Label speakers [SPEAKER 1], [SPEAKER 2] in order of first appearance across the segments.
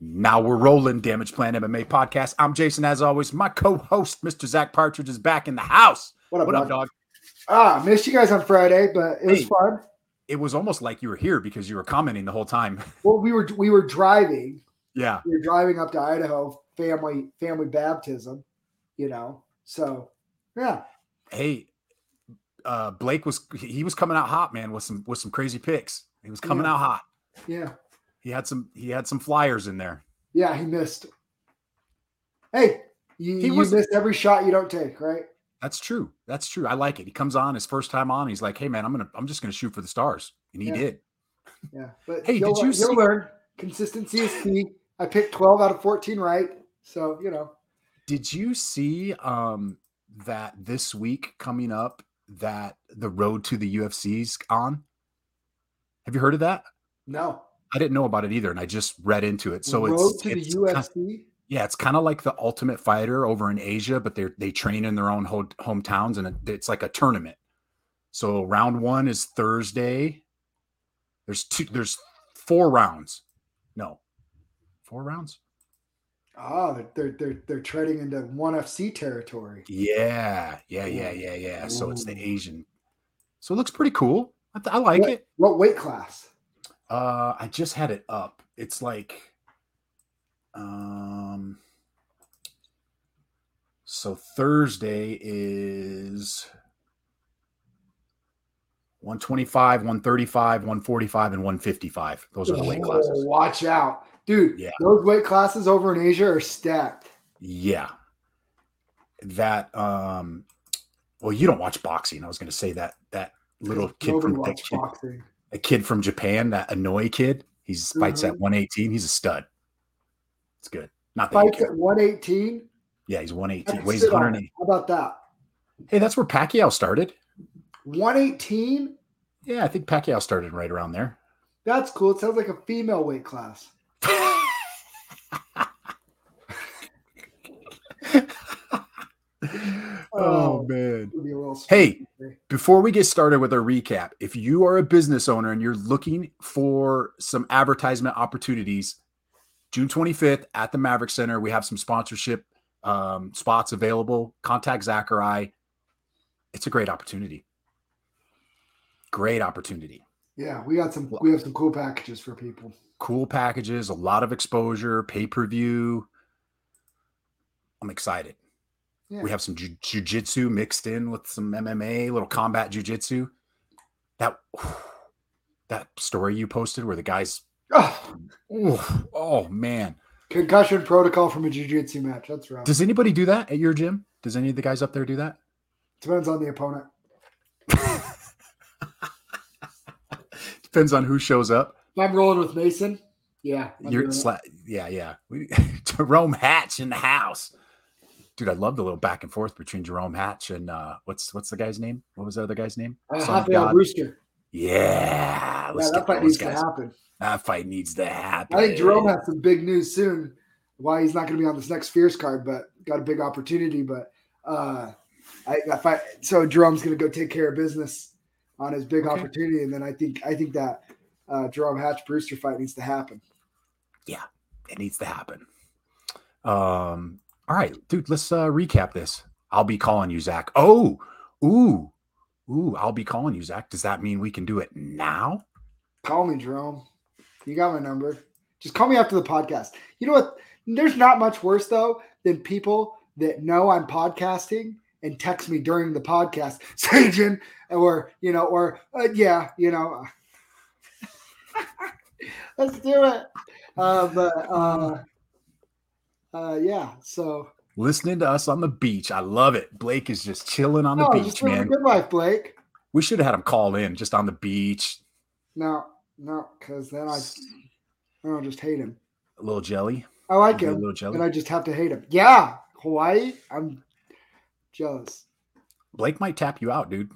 [SPEAKER 1] Now we're rolling Damage Plan MMA podcast. I'm Jason, as always. My co host, Mr. Zach Partridge, is back in the house.
[SPEAKER 2] What up,
[SPEAKER 1] What up, dog?
[SPEAKER 2] dog? Ah, missed you guys on Friday, but it was
[SPEAKER 1] Hey.
[SPEAKER 2] fun.
[SPEAKER 1] It was almost like you were here because you were commenting the whole time.
[SPEAKER 2] Well, we were we were driving.
[SPEAKER 1] yeah.
[SPEAKER 2] We were driving up to Idaho, family family baptism, you know. So yeah,
[SPEAKER 1] Hey, uh, Blake was he was coming out hot, man, with some with some crazy picks. He was coming
[SPEAKER 2] Yeah.
[SPEAKER 1] out hot.
[SPEAKER 2] yeah,
[SPEAKER 1] He had some he had some flyers in there.
[SPEAKER 2] yeah. He missed. Hey, you,
[SPEAKER 1] He
[SPEAKER 2] you
[SPEAKER 1] was-
[SPEAKER 2] miss every shot you don't take, right?
[SPEAKER 1] That's true. That's true. I like it. He comes on his first time on. He's like, "Hey, man, I'm gonna I'm just gonna shoot for the stars," and he
[SPEAKER 2] Yeah.
[SPEAKER 1] did.
[SPEAKER 2] Yeah. But
[SPEAKER 1] Hey,
[SPEAKER 2] you'll,
[SPEAKER 1] did you
[SPEAKER 2] you'll
[SPEAKER 1] see-
[SPEAKER 2] learn consistency is key. I picked twelve out of fourteen right, so you know.
[SPEAKER 1] Did you see um that this week coming up that the road to the UFC's on? Have you heard of that?
[SPEAKER 2] No,
[SPEAKER 1] I didn't know about it either, and I just read into it. So
[SPEAKER 2] road
[SPEAKER 1] it's,
[SPEAKER 2] to
[SPEAKER 1] it's
[SPEAKER 2] the
[SPEAKER 1] kin-
[SPEAKER 2] UFC.
[SPEAKER 1] yeah, it's kind of like the Ultimate Fighter over in Asia, but they are they train in their own ho- hometowns, and it, it's like a tournament. So round one is Thursday. There's two. There's four rounds. No, four rounds.
[SPEAKER 2] Oh, they're- they're they're they're treading into one FC territory.
[SPEAKER 1] Yeah, yeah, yeah, yeah, yeah. So it's the
[SPEAKER 2] Ooh.
[SPEAKER 1] Asian. So it looks pretty cool. I, th- I like
[SPEAKER 2] What-
[SPEAKER 1] it.
[SPEAKER 2] What weight class?
[SPEAKER 1] Uh, I just had it up. It's like, um, so Thursday is 125, 135, 145, and 155. Those are the weight
[SPEAKER 2] Oh,
[SPEAKER 1] classes.
[SPEAKER 2] Watch out, dude.
[SPEAKER 1] Yeah.
[SPEAKER 2] Those weight classes over in Asia are stacked.
[SPEAKER 1] Yeah. That, um, well, you don't watch boxing. I was going to say that, that little kid
[SPEAKER 2] Nobody
[SPEAKER 1] from, that
[SPEAKER 2] watches
[SPEAKER 1] kid,
[SPEAKER 2] boxing.
[SPEAKER 1] a kid from Japan, that Anoi kid, he fights at
[SPEAKER 2] Mhm.
[SPEAKER 1] 118. He's a stud. It's good. Not that you
[SPEAKER 2] Fights
[SPEAKER 1] care.
[SPEAKER 2] at 118.
[SPEAKER 1] Yeah, he's
[SPEAKER 2] I
[SPEAKER 1] 118.
[SPEAKER 2] could
[SPEAKER 1] Weighs
[SPEAKER 2] sit on
[SPEAKER 1] 180.
[SPEAKER 2] it. How about that?
[SPEAKER 1] Hey, that's where Pacquiao started.
[SPEAKER 2] 118.
[SPEAKER 1] Yeah, I think Pacquiao started right around there.
[SPEAKER 2] That's cool. It sounds like a female weight class.
[SPEAKER 1] oh
[SPEAKER 2] Oh.
[SPEAKER 1] man.
[SPEAKER 2] It'd be a little
[SPEAKER 1] Hey,
[SPEAKER 2] scary.
[SPEAKER 1] Before we get started with our recap, if you are a business owner and you're looking for some advertisement opportunities, June 25th at the Maverick Center, we have some sponsorship um, spots available. Contact Zach or I. It's a great opportunity. Great opportunity.
[SPEAKER 2] yeah, we got some. We have some cool packages for people.
[SPEAKER 1] Cool packages, a lot of exposure, pay per view. I'm excited.
[SPEAKER 2] Yeah.
[SPEAKER 1] We have some ju- jujitsu mixed in with some MMA, little combat jujitsu. That that story you posted where the guys,
[SPEAKER 2] Oh,
[SPEAKER 1] ooh, oh man,
[SPEAKER 2] concussion protocol from a jiu-jitsu match. That's right.
[SPEAKER 1] does anybody do that at your gym? Does any of the guys up there do that?
[SPEAKER 2] Depends on the opponent.
[SPEAKER 1] Depends on who shows up.
[SPEAKER 2] If I'm rolling with Mason, yeah, I'm
[SPEAKER 1] You're
[SPEAKER 2] doing it.
[SPEAKER 1] sla- yeah, yeah. We- Jerome Hatch in the house, dude. I love the little back and forth between Jerome Hatch and uh, what's what's the guy's name? What was the other guy's name?
[SPEAKER 2] uh,
[SPEAKER 1] Son of
[SPEAKER 2] Rafael
[SPEAKER 1] God.
[SPEAKER 2] Brewster.
[SPEAKER 1] Yeah,
[SPEAKER 2] Yeah,
[SPEAKER 1] let's
[SPEAKER 2] that
[SPEAKER 1] get
[SPEAKER 2] fight
[SPEAKER 1] those
[SPEAKER 2] needs to
[SPEAKER 1] guys.
[SPEAKER 2] happen.
[SPEAKER 1] That fight needs to happen.
[SPEAKER 2] I think Jerome has some big news soon. Why he's not going to be on this next Fierce card, but got a big opportunity. But uh, I, if I so Jerome's going to go take care of business on his big
[SPEAKER 1] Okay.
[SPEAKER 2] opportunity, and then I think I think that uh, Jerome Hatch Brewster fight needs to happen.
[SPEAKER 1] it needs to happen. Um, all right, dude, let's uh recap this. I'll be calling you, Zach. Oh, ooh, ooh, I'll be calling you, Zach. Does that mean we can do it now?
[SPEAKER 2] Call me Jerome. You got my number. Just call me after the podcast. You know what? There's not much worse though than people that know I'm podcasting and text me during the podcast, Sajan, or you know, or uh, yeah, you know. Let's do it. Uh, but uh, uh, yeah. So
[SPEAKER 1] Listening to us on the beach. I love it. Blake is just chilling on the
[SPEAKER 2] no,
[SPEAKER 1] beach,
[SPEAKER 2] just living a
[SPEAKER 1] man.
[SPEAKER 2] good life, Blake.
[SPEAKER 1] We should have had him call in just on the beach.
[SPEAKER 2] No, no, because then I, I don't just hate him.
[SPEAKER 1] A little jelly.
[SPEAKER 2] I like
[SPEAKER 1] Be a
[SPEAKER 2] him.
[SPEAKER 1] little jelly.
[SPEAKER 2] and I just have to hate him. Yeah, Hawaii. I'm jealous.
[SPEAKER 1] Blake might tap you out, dude.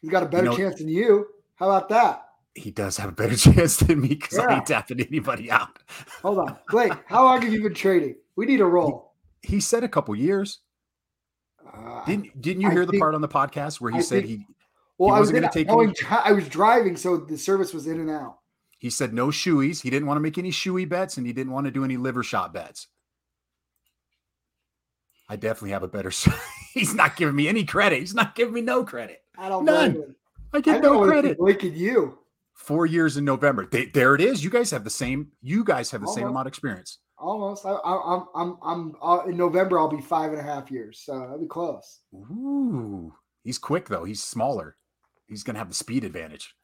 [SPEAKER 2] He's got a better
[SPEAKER 1] know-
[SPEAKER 2] chance than you. How about that?
[SPEAKER 1] He does have a better chance than me because I
[SPEAKER 2] Yeah.
[SPEAKER 1] ain't tapping anybody out.
[SPEAKER 2] Hold on, Blake. how long have you been trading? We need a roll.
[SPEAKER 1] He said a couple years.
[SPEAKER 2] Uh,
[SPEAKER 1] Didn't didn't you
[SPEAKER 2] I
[SPEAKER 1] hear the
[SPEAKER 2] think-
[SPEAKER 1] part on the podcast where he
[SPEAKER 2] I
[SPEAKER 1] said
[SPEAKER 2] think-
[SPEAKER 1] he
[SPEAKER 2] well, I was oh,
[SPEAKER 1] wasn't
[SPEAKER 2] in
[SPEAKER 1] gonna
[SPEAKER 2] a-
[SPEAKER 1] take
[SPEAKER 2] going
[SPEAKER 1] any-
[SPEAKER 2] dri- I was driving, so the service was in and out.
[SPEAKER 1] He said no shoeies. He didn't want to make any shoey bets and he didn't want to do any liver shot bets. I definitely have a better. He's not giving me any credit. He's not giving me no credit.
[SPEAKER 2] I don't
[SPEAKER 1] None.
[SPEAKER 2] blame him.
[SPEAKER 1] I
[SPEAKER 2] I
[SPEAKER 1] get
[SPEAKER 2] know
[SPEAKER 1] no
[SPEAKER 2] what
[SPEAKER 1] credit.
[SPEAKER 2] he's blinking you.
[SPEAKER 1] Four years in November. They, there it is. You guys have the same. You guys have the same
[SPEAKER 2] Almost.
[SPEAKER 1] amount of experience.
[SPEAKER 2] Almost. I, I, I'm. I'm. I'm. i in November, I'll be five and a half years. So that'll be close.
[SPEAKER 1] Ooh, he's quick though. He's smaller. He's gonna have the speed advantage.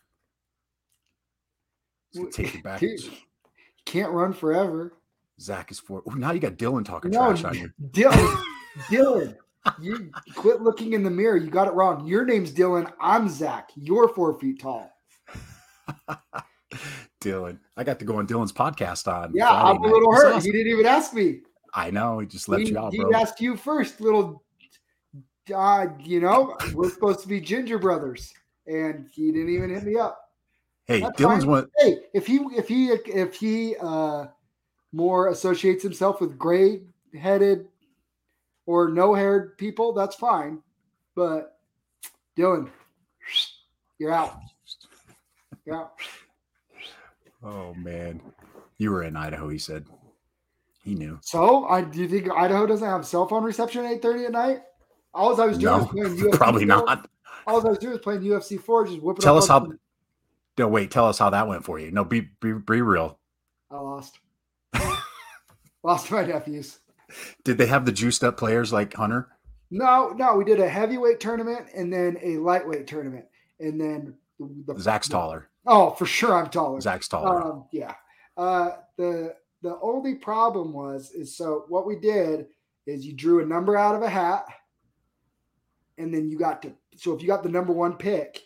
[SPEAKER 1] He's gonna take it back.
[SPEAKER 2] Dude, you can't run forever.
[SPEAKER 1] Zach is four. Ooh, now you got Dylan talking
[SPEAKER 2] No,
[SPEAKER 1] trash on you.
[SPEAKER 2] Dylan. Dylan. You quit looking in the mirror. You got it wrong. Your name's Dylan. I'm Zach. You're four feet tall.
[SPEAKER 1] Dylan, I got to go on Dylan's podcast on.
[SPEAKER 2] Yeah,
[SPEAKER 1] Friday
[SPEAKER 2] I'm
[SPEAKER 1] night.
[SPEAKER 2] a little
[SPEAKER 1] That's
[SPEAKER 2] hurt.
[SPEAKER 1] awesome.
[SPEAKER 2] He didn't even ask me.
[SPEAKER 1] I know he just left
[SPEAKER 2] He,
[SPEAKER 1] you out,
[SPEAKER 2] he
[SPEAKER 1] bro.
[SPEAKER 2] asked you first, little. Uh, you know, we're supposed to be ginger brothers, and he didn't even hit me up.
[SPEAKER 1] Hey,
[SPEAKER 2] that's
[SPEAKER 1] Dylan's
[SPEAKER 2] fine.
[SPEAKER 1] one.
[SPEAKER 2] hey, if he if he if he uh more associates himself with gray headed or no haired people, that's fine. But Dylan, you're out. You're out.
[SPEAKER 1] Oh man, you were in Idaho. He said he knew.
[SPEAKER 2] So I do you think Idaho doesn't have cell phone reception at eight thirty at night? All I was doing
[SPEAKER 1] No,
[SPEAKER 2] was playing UFC
[SPEAKER 1] probably
[SPEAKER 2] 4.
[SPEAKER 1] not.
[SPEAKER 2] All I was doing was playing UFC four, just whipping.
[SPEAKER 1] Tell
[SPEAKER 2] up
[SPEAKER 1] us how.
[SPEAKER 2] on-
[SPEAKER 1] No, wait. Tell us how that went for you. No, be be, be real.
[SPEAKER 2] I lost. lost my nephews.
[SPEAKER 1] Did they have the juiced up players like Hunter?
[SPEAKER 2] No, no, we did a heavyweight tournament and then a lightweight tournament, and then the,
[SPEAKER 1] Zach's taller.
[SPEAKER 2] Oh, for sure, I'm taller.
[SPEAKER 1] Zach's taller.
[SPEAKER 2] Um, yeah. Uh, the the only problem was is so what we did is you drew a number out of a hat, and then you got to so if you got the number one pick,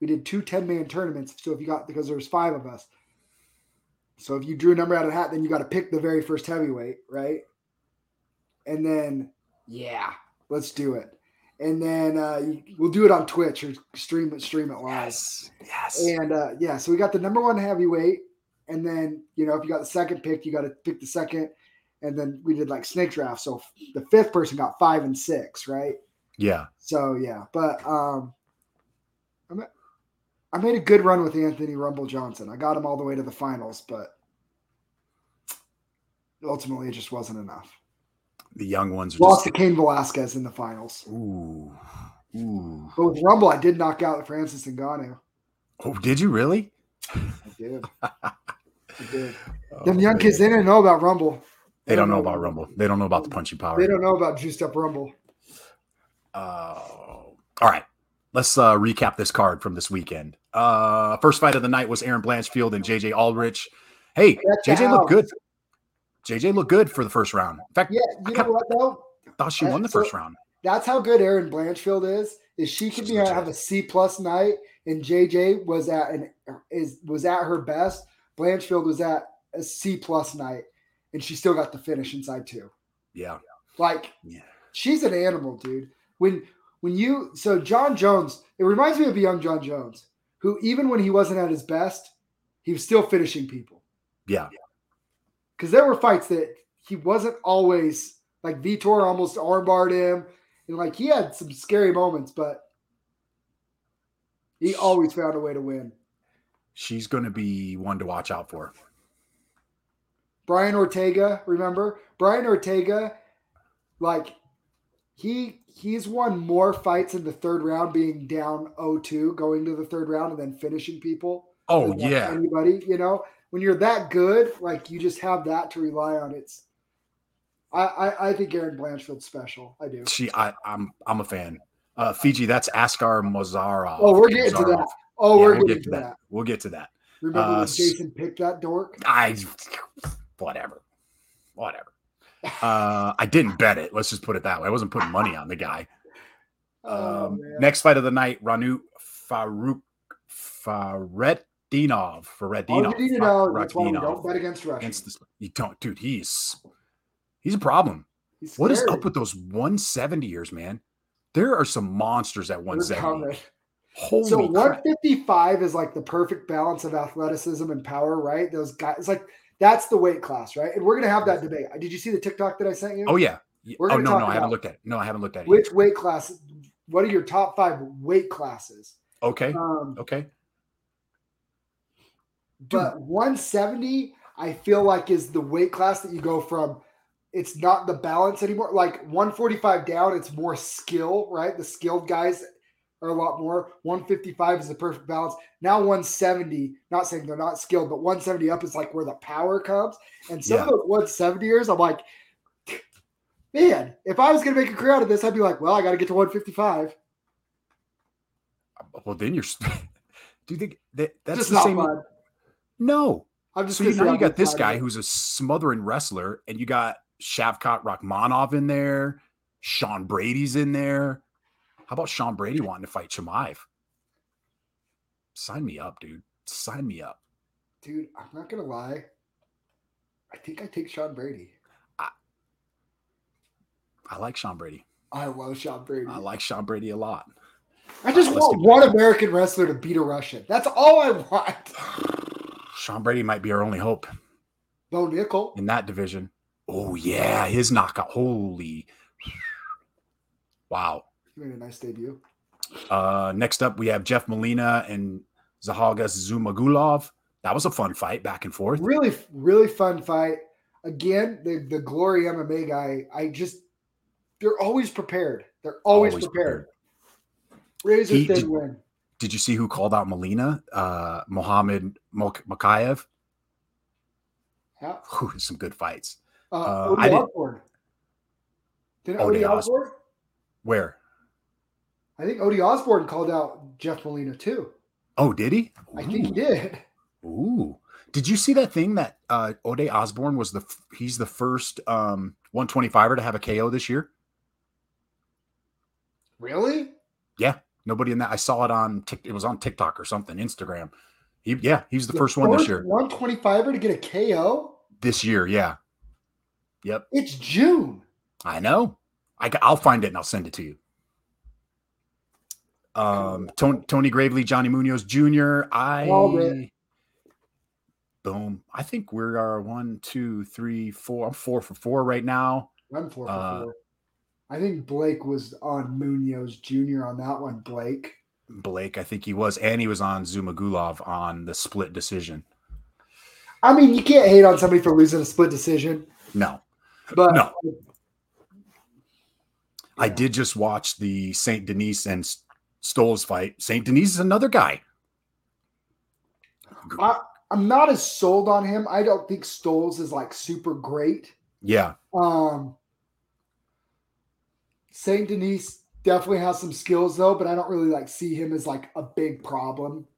[SPEAKER 2] we did two 10 man tournaments. So if you got because there was five of us, so if you drew a number out of a hat, then you got to pick the very first heavyweight, right? And then yeah, let's do it. And then uh, you, we'll do it on Twitch or stream it stream it live.
[SPEAKER 1] yes. Yes.
[SPEAKER 2] And uh, yeah, so we got the number one heavyweight, and then you know if you got the second pick, you got to pick the second, and then we did like snake draft. So the fifth person got five and six, right?
[SPEAKER 1] yeah.
[SPEAKER 2] So yeah, but um, I ma- I made a good run with Anthony Rumble Johnson. I got him all the way to the finals, but ultimately it just wasn't enough.
[SPEAKER 1] The young ones are
[SPEAKER 2] Lost
[SPEAKER 1] just.
[SPEAKER 2] to Kane Velasquez in the finals.
[SPEAKER 1] Ooh. Ooh.
[SPEAKER 2] But with Rumble, I did knock out Francis Ngannou.
[SPEAKER 1] Oh, did you really?
[SPEAKER 2] I did. I did.
[SPEAKER 1] Oh,
[SPEAKER 2] Them young
[SPEAKER 1] man.
[SPEAKER 2] kids, they didn't know about Rumble.
[SPEAKER 1] They don't know about Rumble. They don't know about the punching power.
[SPEAKER 2] They don't know about Juiced Up Rumble.
[SPEAKER 1] Uh, all right. Let's uh, recap this card from this weekend. Uh, first fight of the night was Aaron Blanchfield and JJ Aldrich. Hey,
[SPEAKER 2] That's
[SPEAKER 1] JJ
[SPEAKER 2] how-
[SPEAKER 1] looked good. JJ looked good for the first round. In fact,
[SPEAKER 2] Yeah, you know what though?
[SPEAKER 1] I thought Oh, she won the first round.
[SPEAKER 2] That's how good Erin Blanchfield is. Is she could
[SPEAKER 1] She's
[SPEAKER 2] be
[SPEAKER 1] legit.
[SPEAKER 2] have a C plus night, and JJ was at an is was at her best. Blanchfield was at a C plus night, and she still got the finish inside two.
[SPEAKER 1] Yeah.
[SPEAKER 2] Like
[SPEAKER 1] Yeah.
[SPEAKER 2] she's an animal, dude. When when you so John Jones, it reminds me of a young John Jones, who even when he wasn't at his best, he was still finishing people.
[SPEAKER 1] Yeah.
[SPEAKER 2] because there were fights that he wasn't always like Vitor almost armbarred him, and like he had some scary moments, but he always found a way to win.
[SPEAKER 1] She's going to be one to watch out for.
[SPEAKER 2] Brian Ortega, remember Brian Ortega, like he he's won more fights in the third round, being down 0-2, going to the third round, and then finishing people.
[SPEAKER 1] Oh,
[SPEAKER 2] than, like,
[SPEAKER 1] yeah.
[SPEAKER 2] anybody you know when you're that good like you just have that to rely on it's i i, I think aaron blanchfield's special i do
[SPEAKER 1] She, I, I'm, I'm a fan. Uh, Fiji, that's Askar Mozarov.
[SPEAKER 2] Oh, we're getting to
[SPEAKER 1] Mozarov.
[SPEAKER 2] that. oh
[SPEAKER 1] Yeah,
[SPEAKER 2] we're
[SPEAKER 1] we'll
[SPEAKER 2] getting to that,
[SPEAKER 1] We'll get to that.
[SPEAKER 2] remember
[SPEAKER 1] Uh,
[SPEAKER 2] when
[SPEAKER 1] s-
[SPEAKER 2] jason picked that dork
[SPEAKER 1] I, whatever, whatever. Uh, I didn't bet it. Let's just put it that way. I wasn't putting money on the guy.
[SPEAKER 2] oh,
[SPEAKER 1] Um,
[SPEAKER 2] man.
[SPEAKER 1] next fight of the night, Ranu Faruk Faretdinov.
[SPEAKER 2] All Oh, you need
[SPEAKER 1] Faretdinov.
[SPEAKER 2] to know that's why we don't
[SPEAKER 1] Faretdinov
[SPEAKER 2] bet against russia
[SPEAKER 1] Against this, you don't, dude. He's he's a problem.
[SPEAKER 2] He's
[SPEAKER 1] What is
[SPEAKER 2] scary.
[SPEAKER 1] up with those 170ers, man? There are some monsters at
[SPEAKER 2] They're
[SPEAKER 1] 170.
[SPEAKER 2] coming.
[SPEAKER 1] Holy
[SPEAKER 2] so
[SPEAKER 1] crap.
[SPEAKER 2] 155 is like the perfect balance of athleticism and power right those guys it's like that's the weight class right and we're gonna have that debate did you see the tiktok that i sent you
[SPEAKER 1] Oh yeah. Y-
[SPEAKER 2] We're
[SPEAKER 1] Oh
[SPEAKER 2] gonna
[SPEAKER 1] no,
[SPEAKER 2] talk
[SPEAKER 1] no, I haven't
[SPEAKER 2] about-
[SPEAKER 1] looked at it. No, I haven't looked at it.
[SPEAKER 2] which weight class what are your uh, top five weight classes
[SPEAKER 1] yet. Okay.
[SPEAKER 2] um
[SPEAKER 1] Okay.
[SPEAKER 2] But 170, I feel like is the weight class that you go from. It's not the balance anymore. Like 145 down, it's more skill, right? The skilled guys are a lot more. 155 is the perfect balance. Now 170, not saying they're not skilled, but 170 up is like where the power comes. And some of those 170ers, I'm like, man, if I was going to make a career out of this, I'd be like, well, I got to get to 155.
[SPEAKER 1] Well, then you're. Do you think that that's
[SPEAKER 2] Just
[SPEAKER 1] the
[SPEAKER 2] not
[SPEAKER 1] same?
[SPEAKER 2] fun.
[SPEAKER 1] No,
[SPEAKER 2] I'm just
[SPEAKER 1] so you,
[SPEAKER 2] gonna
[SPEAKER 1] now
[SPEAKER 2] say
[SPEAKER 1] you
[SPEAKER 2] I'm
[SPEAKER 1] got this
[SPEAKER 2] excited.
[SPEAKER 1] guy who's a smothering wrestler, and you got Shavkat Rachmanov in there. Sean Brady's in there. How about Sean Brady wanting to fight Chimaev? Sign me up, dude. Sign me up.
[SPEAKER 2] dude. I'm not gonna lie. I think I take Sean Brady.
[SPEAKER 1] I like Sean Brady.
[SPEAKER 2] I love Sean Brady.
[SPEAKER 1] I
[SPEAKER 2] I,
[SPEAKER 1] like Sean Brady a lot.
[SPEAKER 2] just
[SPEAKER 1] let's
[SPEAKER 2] want
[SPEAKER 1] do
[SPEAKER 2] one American wrestler to beat a Russian. That's all I want.
[SPEAKER 1] Sean Brady might be our only hope
[SPEAKER 2] Bo Nickel.
[SPEAKER 1] in that division. Oh yeah, his knockout. Holy wow.
[SPEAKER 2] He made a nice debut.
[SPEAKER 1] Uh, next up, we have Jeff Molina and Zahagas Zumagulov. That was a fun fight, back and forth.
[SPEAKER 2] Really, really fun fight. Again, the the glory MMA guy. I just they're always prepared. They're always,
[SPEAKER 1] Always
[SPEAKER 2] prepared. Razor
[SPEAKER 1] He
[SPEAKER 2] thin
[SPEAKER 1] did-
[SPEAKER 2] win.
[SPEAKER 1] Did you see who called out Molina? Uh, Mohammed Mok- Makayev.
[SPEAKER 2] Yeah.
[SPEAKER 1] Whew, some good fights.
[SPEAKER 2] Uh,
[SPEAKER 1] Uh,
[SPEAKER 2] Odie
[SPEAKER 1] I didn't-
[SPEAKER 2] Osborne. Didn't
[SPEAKER 1] Odie
[SPEAKER 2] Odie
[SPEAKER 1] Osborne.
[SPEAKER 2] Osborne?
[SPEAKER 1] Where?
[SPEAKER 2] I think Odie Osborne called out Jeff Molina too.
[SPEAKER 1] Oh, did he?
[SPEAKER 2] I think he did.
[SPEAKER 1] Ooh. Ooh. Did you see that thing that uh, Ode Osborne was the f- he's the first um 125er to have a KO this year?
[SPEAKER 2] Really?
[SPEAKER 1] Nobody in that. I saw it on Tik. It was on TikTok or something, Instagram. He, yeah, he's the first one this year.
[SPEAKER 2] 125er to get a KO?
[SPEAKER 1] This year, yeah.
[SPEAKER 2] It's June.
[SPEAKER 1] I know. I, will find it and I'll send it to you. Um, Tony, Tony Gravely, Johnny Munoz Jr. I
[SPEAKER 2] Love it.
[SPEAKER 1] boom. I think we are one, two, three, four. I'm four for four right now.
[SPEAKER 2] Run four for
[SPEAKER 1] Uh,
[SPEAKER 2] four. I think Blake was on Munoz Jr. on that one, Blake.
[SPEAKER 1] Blake, I think he was, and he was on Zuma Gulov on the split decision.
[SPEAKER 2] I mean, you can't hate on somebody for losing a split decision,
[SPEAKER 1] No,
[SPEAKER 2] but
[SPEAKER 1] No. I
[SPEAKER 2] Uh, Yeah.
[SPEAKER 1] did just watch the Saint Denis and S- Stoles fight. Saint Denis is another guy.
[SPEAKER 2] I, I'm not as sold on him. I don't think Stoles is like super great.
[SPEAKER 1] Yeah,
[SPEAKER 2] Um, Saint Denis definitely has some skills though, but I don't really like see him as like a big problem.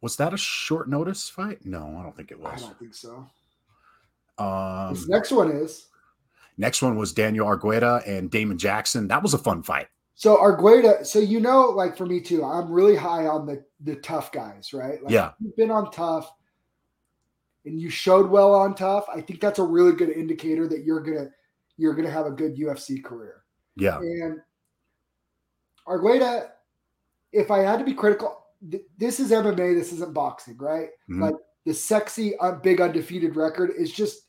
[SPEAKER 1] was that a short notice fight? No, I don't think it
[SPEAKER 2] I
[SPEAKER 1] was.
[SPEAKER 2] don't think so.
[SPEAKER 1] Um,
[SPEAKER 2] this next one is
[SPEAKER 1] Next one was Daniel Argueta and Damon Jackson. That was a fun fight.
[SPEAKER 2] So Argueta, so you know, like for me too, I'm really high on the the tough guys, right? Like
[SPEAKER 1] Yeah.
[SPEAKER 2] you've been on tough and you showed well on tough. I think that's a really good indicator that you're gonna you're gonna have a good UFC career.
[SPEAKER 1] Yeah.
[SPEAKER 2] And Argueta, if I had to be critical, th- this is MMA, this isn't boxing, right?
[SPEAKER 1] Mhm.
[SPEAKER 2] Like the sexy uh, big undefeated record is just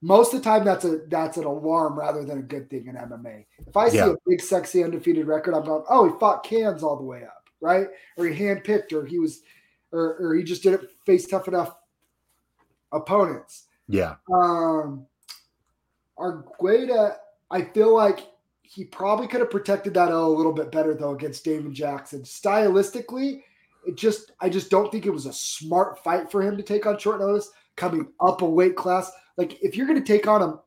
[SPEAKER 2] most of the time that's a that's an alarm rather than a good thing in MMA. If I see
[SPEAKER 1] Yeah.
[SPEAKER 2] a big sexy undefeated record, I'm going, oh, he fought cans all the way up, right? Or he handpicked, or he was, or or he just didn't face tough enough opponents.
[SPEAKER 1] Yeah.
[SPEAKER 2] Um, Argueta, I feel like he probably could have protected that L a little bit better though against Damon Jackson. Stylistically, it just I just don't think it was a smart fight for him to take on short notice coming up a weight class. Like if you're going to take on a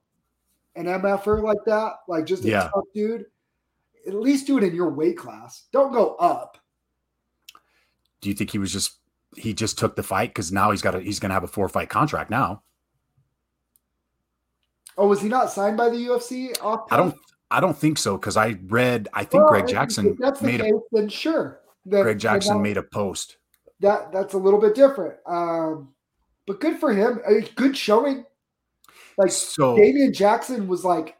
[SPEAKER 2] an MFer like that, like just a
[SPEAKER 1] Yeah.
[SPEAKER 2] tough dude, at least do it in your weight class. Don't go up.
[SPEAKER 1] Do you think he was just he just took the fight because now he's got a he's gonna have a four fight contract now.
[SPEAKER 2] Oh, was he not signed by the UFC? Off
[SPEAKER 1] I don't I don't think so because I read I think
[SPEAKER 2] Well,
[SPEAKER 1] Greg
[SPEAKER 2] if-
[SPEAKER 1] Jackson
[SPEAKER 2] If that's the
[SPEAKER 1] made
[SPEAKER 2] case, then sure.
[SPEAKER 1] a
[SPEAKER 2] Then-
[SPEAKER 1] Greg
[SPEAKER 2] then
[SPEAKER 1] Jackson
[SPEAKER 2] that-
[SPEAKER 1] made a post.
[SPEAKER 2] that that's a little bit different. Um, but good for him. I mean, good showing. Like
[SPEAKER 1] So
[SPEAKER 2] Damian Jackson was like,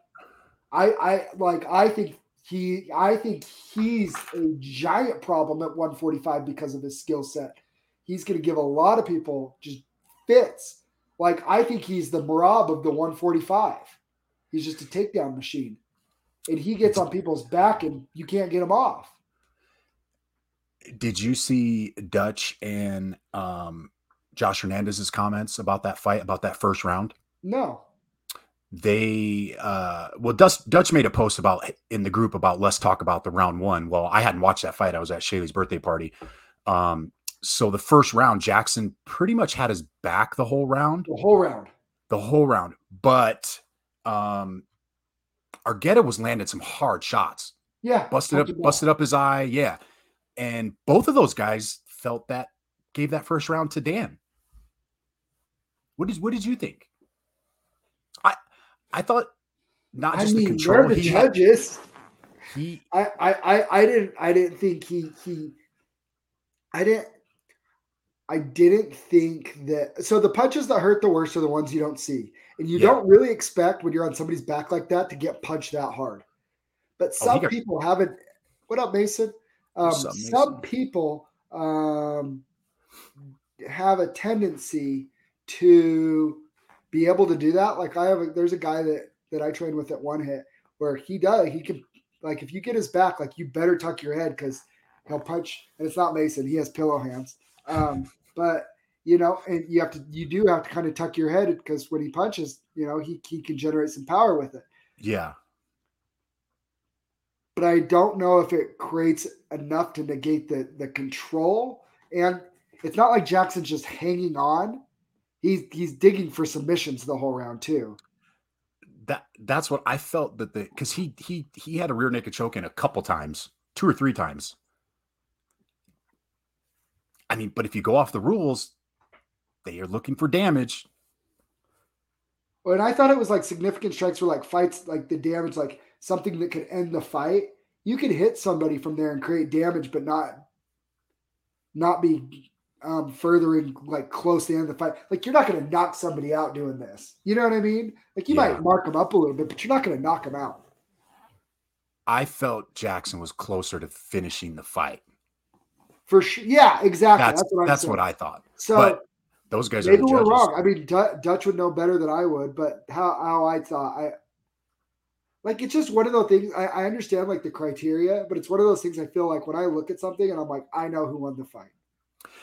[SPEAKER 2] I I like I think he I think he's a giant problem at 145 because of his skill set. He's going to give a lot of people just fits. Like I think he's the Marab of the 145. He's just a takedown machine, and he gets on people's back, and you can't get him off.
[SPEAKER 1] did you see Dutch and um Josh Hernandez's comments about that fight, about that first round?
[SPEAKER 2] No.
[SPEAKER 1] They uh well Dutch Dutch made a post about in the group about let's talk about the round one. Well, I hadn't watched that fight. I was at Shaley's birthday party. Um so the first round, Jackson pretty much had his back the whole round.
[SPEAKER 2] The whole round.
[SPEAKER 1] The whole round. But um Argetta was landing some hard shots.
[SPEAKER 2] Yeah.
[SPEAKER 1] Busted up
[SPEAKER 2] Argetta.
[SPEAKER 1] busted up his eye. Yeah. And both of those guys felt that gave that first round to Dan. What did what did you think? I I thought not
[SPEAKER 2] I
[SPEAKER 1] just the
[SPEAKER 2] mean,
[SPEAKER 1] control
[SPEAKER 2] they're the
[SPEAKER 1] he had,
[SPEAKER 2] judges.
[SPEAKER 1] he
[SPEAKER 2] I, I, I, I didn't, I didn't think he, he, I didn't, I didn't think that. So the punches that hurt the worst are the ones you don't see, and you
[SPEAKER 1] Yeah.
[SPEAKER 2] don't really expect when you're on somebody's back like that to get punched that hard. But
[SPEAKER 1] Oh, he
[SPEAKER 2] some
[SPEAKER 1] got-
[SPEAKER 2] people haven't. What up, Mason? Um,
[SPEAKER 1] What's up,
[SPEAKER 2] Some
[SPEAKER 1] Mason?
[SPEAKER 2] people um, have a tendency to be able to do that. Like I have, a, there's a guy that that I train with at one hit where he does he can like if you get his back, like you better tuck your head because he'll punch. And it's not Mason; he has pillow hands. Um, but you know, and you have to you do have to kind of tuck your head because when he punches, you know, he he can generate some power with it.
[SPEAKER 1] yeah.
[SPEAKER 2] But I don't know if it creates enough to negate the the control. And it's not like Jackson's just hanging on. He's he's digging for submissions the whole round too.
[SPEAKER 1] That that's what I felt that the because he he he had a rear naked choke in a couple times, two or three times. I mean, but if you go off the rules, they are looking for damage.
[SPEAKER 2] And I thought it was like significant strikes were like fights, like the damage, like something that could end the fight. You could hit somebody from there and create damage, but not not be um, furthering like close to the end of the fight. Like you're not going to knock somebody out doing this. You know what I mean? Like you
[SPEAKER 1] Yeah.
[SPEAKER 2] might mark them up a little bit, but you're not going to knock them out.
[SPEAKER 1] I felt Jackson was closer to finishing the fight.
[SPEAKER 2] For sure. Yeah, exactly.
[SPEAKER 1] That's
[SPEAKER 2] That's, what I'm
[SPEAKER 1] that's
[SPEAKER 2] saying.
[SPEAKER 1] what I thought.
[SPEAKER 2] so
[SPEAKER 1] but Those guys are
[SPEAKER 2] Maybe
[SPEAKER 1] the
[SPEAKER 2] we're
[SPEAKER 1] judges.
[SPEAKER 2] wrong. I mean, Du- Dutch would know better than I would, but how how I thought I like it's just one of those things. I, I understand like the criteria, but it's one of those things. I feel like when I look at something and I'm like, I know who won the fight.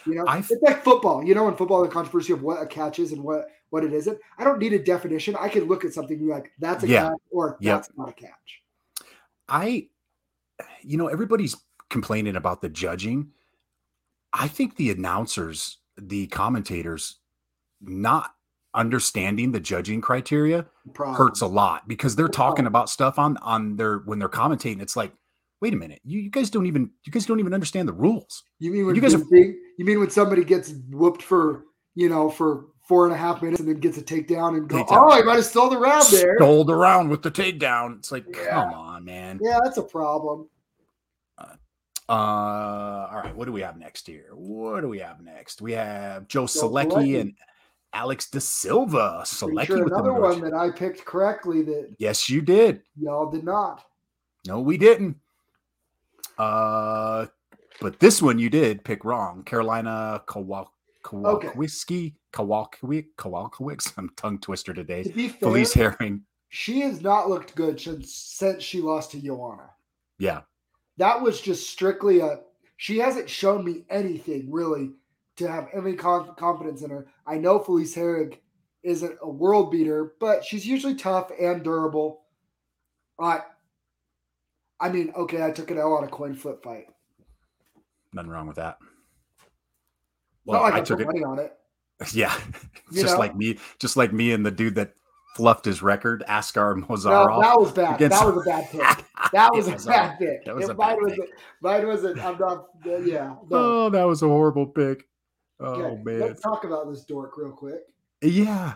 [SPEAKER 2] You know,
[SPEAKER 1] I f-
[SPEAKER 2] it's like football. You know, in football, the controversy of what a catch is and what what it isn't. I don't need a definition. I can look at something and be like, that's a
[SPEAKER 1] Yeah.
[SPEAKER 2] catch or
[SPEAKER 1] Yep.
[SPEAKER 2] that's not a catch.
[SPEAKER 1] I, you know, everybody's complaining about the judging. I think the announcers, the commentators, not understanding the judging criteria
[SPEAKER 2] Problem.
[SPEAKER 1] hurts a lot because they're talking about stuff on on their when they're commentating. It's like, wait a minute, you, you guys don't even you guys don't even understand the rules.
[SPEAKER 2] You mean when
[SPEAKER 1] You guys are-
[SPEAKER 2] Big Bang- you mean when somebody gets whooped for you know for four and a half minutes and then gets a takedown and go,
[SPEAKER 1] Takedown.
[SPEAKER 2] oh, I might have stole the round there.
[SPEAKER 1] Stole around with the takedown. It's like,
[SPEAKER 2] Yeah.
[SPEAKER 1] come on, man.
[SPEAKER 2] Yeah, that's a problem.
[SPEAKER 1] Uh, all right, what do we have next here? What do we have next? We have Joe
[SPEAKER 2] Joe
[SPEAKER 1] Selecki
[SPEAKER 2] Selecki.
[SPEAKER 1] and Alex De Silva.
[SPEAKER 2] Pretty
[SPEAKER 1] Selecki
[SPEAKER 2] sure
[SPEAKER 1] with the
[SPEAKER 2] another
[SPEAKER 1] Norwegian-
[SPEAKER 2] one that I picked correctly that
[SPEAKER 1] Yes, you did.
[SPEAKER 2] y'all did not.
[SPEAKER 1] No, we didn't. Uh, but this one you did pick wrong. Carolina Kowal-
[SPEAKER 2] Okay.
[SPEAKER 1] Kowalkiewicz, Kowalkiewicz, Kowalkiewicz. I'm tongue twister today.
[SPEAKER 2] To be fair,
[SPEAKER 1] Felice Herring.
[SPEAKER 2] she has not looked good since since she lost to Joanna.
[SPEAKER 1] Yeah,
[SPEAKER 2] That was just strictly a. She hasn't shown me anything really to have any con- confidence in her. I know Felice Herrig isn't a world beater, but she's usually tough and durable. I, I mean, okay, I took an L on a coin flip fight.
[SPEAKER 1] nothing wrong with that.
[SPEAKER 2] Well,
[SPEAKER 1] Well,
[SPEAKER 2] Not like
[SPEAKER 1] I took
[SPEAKER 2] put
[SPEAKER 1] it.
[SPEAKER 2] money on it.
[SPEAKER 1] Yeah,
[SPEAKER 2] You
[SPEAKER 1] just
[SPEAKER 2] know?
[SPEAKER 1] like me, just like me and the dude that fluffed his record, Askar
[SPEAKER 2] No,
[SPEAKER 1] Mozarov.
[SPEAKER 2] that was bad.
[SPEAKER 1] against-
[SPEAKER 2] That was a bad pick. That was
[SPEAKER 1] Yeah,
[SPEAKER 2] a
[SPEAKER 1] Mozarov.
[SPEAKER 2] bad pick.
[SPEAKER 1] That was
[SPEAKER 2] If
[SPEAKER 1] a bad
[SPEAKER 2] mine
[SPEAKER 1] pick.
[SPEAKER 2] wasn't. Mine wasn't. I'm not. Yeah. No.
[SPEAKER 1] Oh, that was a horrible pick.
[SPEAKER 2] Okay,
[SPEAKER 1] Oh man,
[SPEAKER 2] Let's talk about this dork real quick.
[SPEAKER 1] yeah.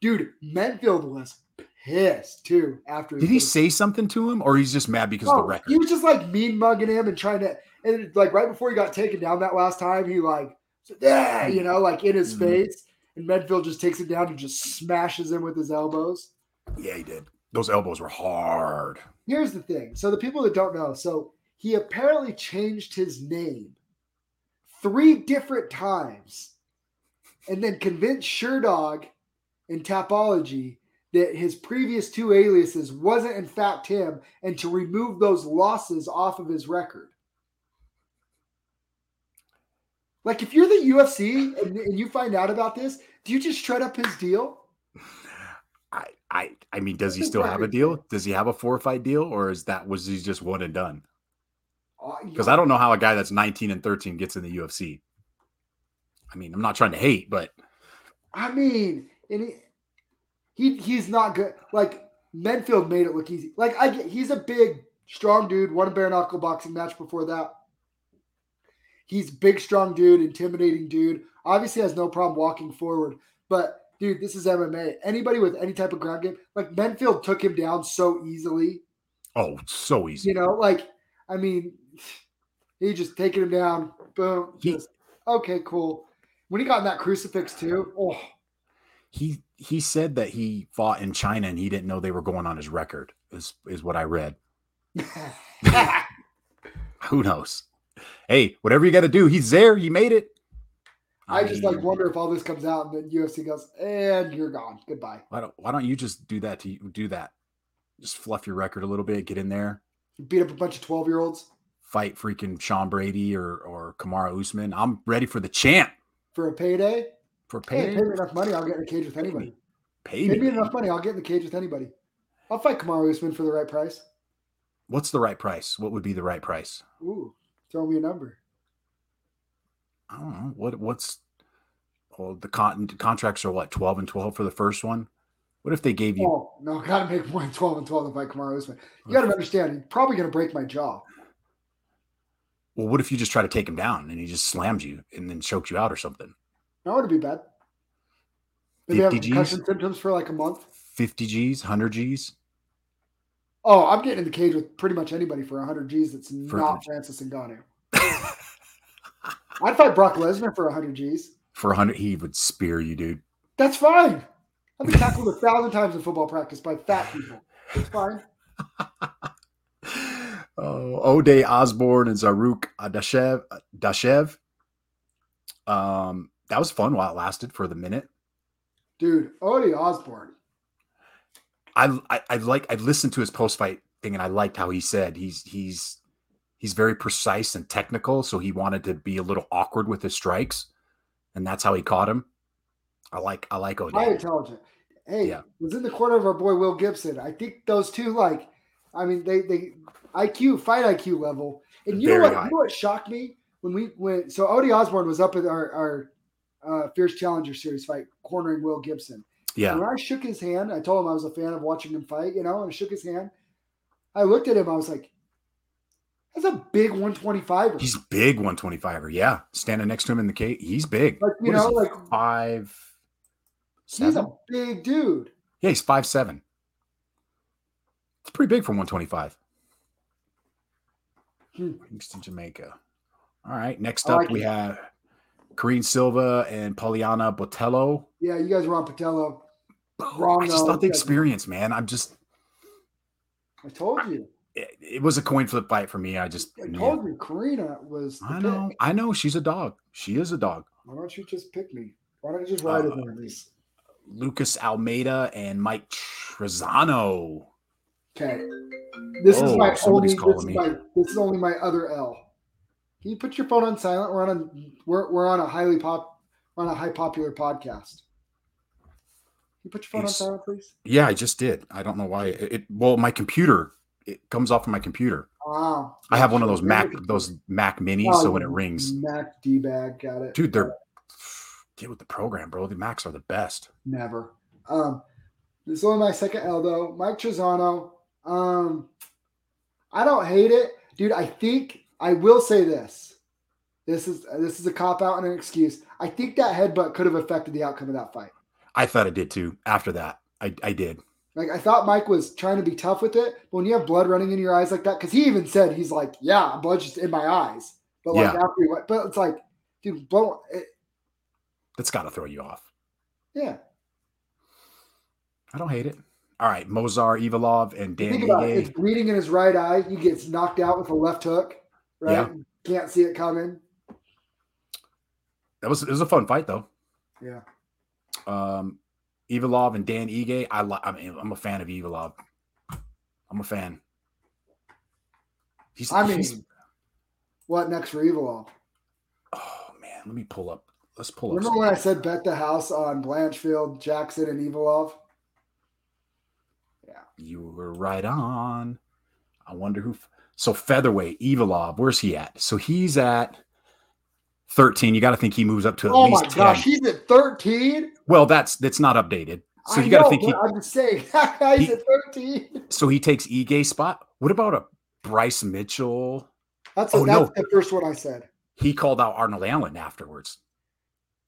[SPEAKER 2] Dude, Menfield was pissed too after.
[SPEAKER 1] Did he
[SPEAKER 2] first-
[SPEAKER 1] say something to him, or he's just mad because of
[SPEAKER 2] Oh,
[SPEAKER 1] the record?
[SPEAKER 2] He was just like mean mugging him and trying to, and like right before he got taken down that last time, he like, said, yeah, you know, like in his
[SPEAKER 1] Mhm.
[SPEAKER 2] face. And Menfield just takes it down and just smashes him with his elbows.
[SPEAKER 1] Yeah, he did. Those elbows were hard.
[SPEAKER 2] here's the thing. So the people that don't know, so he apparently changed his name three different times, and then convinced SureDog and Tapology that his previous two aliases wasn't in fact him, and to remove those losses off of his record. Like if you're the UFC and, and you find out about this, do you just shred up his deal?
[SPEAKER 1] I, I, I mean, does he still have a deal? Does he have a four fight deal, or is that was he just one and done?
[SPEAKER 2] Uh,
[SPEAKER 1] Because I don't know how a guy that's 19 and 13 gets in the UFC. I mean, I'm not trying to hate, but
[SPEAKER 2] I mean, and he, he he's not good. Like Menfield made it look easy. Like I, get- he's a big, strong dude. Won a bare knuckle boxing match before that. He's big, strong dude, intimidating dude. Obviously, has no problem walking forward. But dude, this is MMA. Anybody with any type of ground game, like Menfield, took him down so easily.
[SPEAKER 1] oh, so easy.
[SPEAKER 2] You know, like I mean, he just taking him down. Boom.
[SPEAKER 1] He-
[SPEAKER 2] Just, okay, cool. When he got in that crucifix too, oh,
[SPEAKER 1] he he said that he fought in China and he didn't know they were going on his record. Is is what I read.
[SPEAKER 2] oh.
[SPEAKER 1] Who knows? Hey, whatever you got to do, he's there. He made it. Um,
[SPEAKER 2] I just like
[SPEAKER 1] mean,
[SPEAKER 2] wonder if all this comes out and then UFC goes, and you're gone. Goodbye.
[SPEAKER 1] Why don't Why don't you just do that? To you, do that. Just fluff your record a little bit. Get in there.
[SPEAKER 2] Beat up a bunch of 12 year olds
[SPEAKER 1] Fight freaking Sean Brady or or Kamara Usman. I'm ready for the champ
[SPEAKER 2] for a payday.
[SPEAKER 1] for
[SPEAKER 2] Hey,
[SPEAKER 1] pay.
[SPEAKER 2] pay me enough money, I'll get in a cage with
[SPEAKER 1] Pay
[SPEAKER 2] anybody.
[SPEAKER 1] Pay
[SPEAKER 2] Pay me
[SPEAKER 1] me.
[SPEAKER 2] enough money, I'll get in the cage with anybody. I'll fight Kamaru Usman for the right price.
[SPEAKER 1] What's the right price? What would be the right price?
[SPEAKER 2] Ooh, throw me a number.
[SPEAKER 1] I don't know. What what's well the con- contracts are what twelve and twelve for the first one. What if they gave you
[SPEAKER 2] Oh, no, gotta make more than 12 and 12 to fight Kamaru Usman. You gotta understand, he's probably gonna break my jaw.
[SPEAKER 1] well, what if you just try to take him down and he just slams you and then chokes you out or something?
[SPEAKER 2] That would be bad. Maybe have
[SPEAKER 1] 50 Gs?
[SPEAKER 2] concussion symptoms for like a month.
[SPEAKER 1] 50 G's, 100 G's.
[SPEAKER 2] Oh, I'm getting in the cage with pretty much anybody for 100 G's. That's
[SPEAKER 1] For
[SPEAKER 2] not Francis Ngannou. I'd fight Brock Lesnar for 100 G's.
[SPEAKER 1] For 100, he would spear you, dude.
[SPEAKER 2] That's fine. I've been tackled a thousand times in football practice by fat people. It's fine.
[SPEAKER 1] Oh, O'Day Osborne and Zaruk Dashev. Dashev. Um, that was fun while it lasted for the minute.
[SPEAKER 2] Dude, Odie Osborne.
[SPEAKER 1] I, I, I like, I listened to his post fight thing and I liked how he said he's, he's, he's very precise and technical. So he wanted to be a little awkward with his strikes and that's how he caught him. I like, I like O'Day.
[SPEAKER 2] High intelligent. Hey,
[SPEAKER 1] Yeah.
[SPEAKER 2] was in the corner of our boy Will Gibson. I think those two, like, I mean, they they IQ fight IQ level. And you
[SPEAKER 1] Very
[SPEAKER 2] know what?
[SPEAKER 1] high.
[SPEAKER 2] You know what shocked me when we went. So Odie Osborne was up at our our uh, Fierce Challenger Series fight, cornering Will Gibson.
[SPEAKER 1] yeah.
[SPEAKER 2] When I shook his hand, I told him I was a fan of watching him fight. You know, and I shook his hand. I looked at him. I was like, "That's a big 125."
[SPEAKER 1] He's big, 125er. Yeah. Standing next to him in the cage. He's big.
[SPEAKER 2] Like, you
[SPEAKER 1] What is
[SPEAKER 2] know,
[SPEAKER 1] he,
[SPEAKER 2] like
[SPEAKER 1] five.
[SPEAKER 2] he's
[SPEAKER 1] Seven?
[SPEAKER 2] a big dude.
[SPEAKER 1] yeah, he's five seven. It's pretty big for 125.
[SPEAKER 2] Hmm.
[SPEAKER 1] Thanks to Jamaica. All right. Next
[SPEAKER 2] I
[SPEAKER 1] up,
[SPEAKER 2] like
[SPEAKER 1] we
[SPEAKER 2] it.
[SPEAKER 1] have Kareem Silva and Poliana Botello.
[SPEAKER 2] Yeah, you guys were on Patello. Wrong,
[SPEAKER 1] I just
[SPEAKER 2] though.
[SPEAKER 1] thought the
[SPEAKER 2] Yeah.
[SPEAKER 1] experience, man. I'm just.
[SPEAKER 2] I told you.
[SPEAKER 1] It, it was a coin flip fight for me. I just.
[SPEAKER 2] I
[SPEAKER 1] yeah.
[SPEAKER 2] told you Karina was. The
[SPEAKER 1] I
[SPEAKER 2] pick.
[SPEAKER 1] know. I know. She's a dog. She is a dog.
[SPEAKER 2] Why don't you just pick me? Why don't you just ride with
[SPEAKER 1] Uh,
[SPEAKER 2] me at least?
[SPEAKER 1] Lucas Almeida and Mike Trezano.
[SPEAKER 2] Okay. This is
[SPEAKER 1] Oh,
[SPEAKER 2] my only.
[SPEAKER 1] somebody's
[SPEAKER 2] This
[SPEAKER 1] calling
[SPEAKER 2] is,
[SPEAKER 1] me.
[SPEAKER 2] my, this is only my other L. Can you put your phone on silent? We're on a we're, we're on a highly pop we're on a high popular podcast. Can you put your phone
[SPEAKER 1] Yes.
[SPEAKER 2] on silent, please?
[SPEAKER 1] Yeah, I just did. I don't know why it. it well, my computer it comes off of my computer.
[SPEAKER 2] Wow.
[SPEAKER 1] I have one of those
[SPEAKER 2] Sure.
[SPEAKER 1] Mac those Mac Minis,
[SPEAKER 2] Oh,
[SPEAKER 1] so when it rings,
[SPEAKER 2] Mac D bag, got it.
[SPEAKER 1] dude, they're get with the program, bro. The Macs are the best.
[SPEAKER 2] Never. Um, this is only my second L though. Mike Trezano. Um, I don't hate it, dude. I think I will say this. This is this is a cop out and an excuse. I think that headbutt could have affected the outcome of that fight.
[SPEAKER 1] I thought it did too. After that, I, I did.
[SPEAKER 2] Like I thought Mike was trying to be tough with it, but when you have blood running in your eyes like that, because he even said he's like, "Yeah, blood's just in my eyes." But like after he went, but it's like, dude, blood. It,
[SPEAKER 1] That's got to throw you off.
[SPEAKER 2] yeah,
[SPEAKER 1] I don't hate it. All right, Mozar Ivalov and Dan
[SPEAKER 2] Think about it. It's
[SPEAKER 1] Ige.
[SPEAKER 2] bleeding in his right eye. He gets knocked out with a left hook, right? Can't see it coming.
[SPEAKER 1] That was it was a fun fight though.
[SPEAKER 2] Yeah.
[SPEAKER 1] Um, Ivalov and Dan Ige. I li- I mean, I'm a fan of Ivalov. I'm a fan. He's
[SPEAKER 2] I mean,
[SPEAKER 1] he's-
[SPEAKER 2] what next for Evil?
[SPEAKER 1] oh man. man, let me pull up. Let's pull up.
[SPEAKER 2] Remember
[SPEAKER 1] some-
[SPEAKER 2] when I said bet the house on Blanchfield, Jackson, and Evilov?
[SPEAKER 1] You were right on. I wonder who. So featherweight, Evilov, where's he at? So he's at 13. You got to think he moves up to at
[SPEAKER 2] Oh
[SPEAKER 1] least
[SPEAKER 2] my
[SPEAKER 1] 10.
[SPEAKER 2] gosh, he's at 13.
[SPEAKER 1] Well, that's that's not updated. So
[SPEAKER 2] I
[SPEAKER 1] you got to
[SPEAKER 2] know,
[SPEAKER 1] think.
[SPEAKER 2] but
[SPEAKER 1] He,
[SPEAKER 2] I'm just saying that guy's
[SPEAKER 1] he-
[SPEAKER 2] at 13.
[SPEAKER 1] so he takes Ige spot. What about a Bryce Mitchell?
[SPEAKER 2] That's,
[SPEAKER 1] Oh,
[SPEAKER 2] that's
[SPEAKER 1] no.
[SPEAKER 2] the first one I said.
[SPEAKER 1] He called out Arnold Allen afterwards.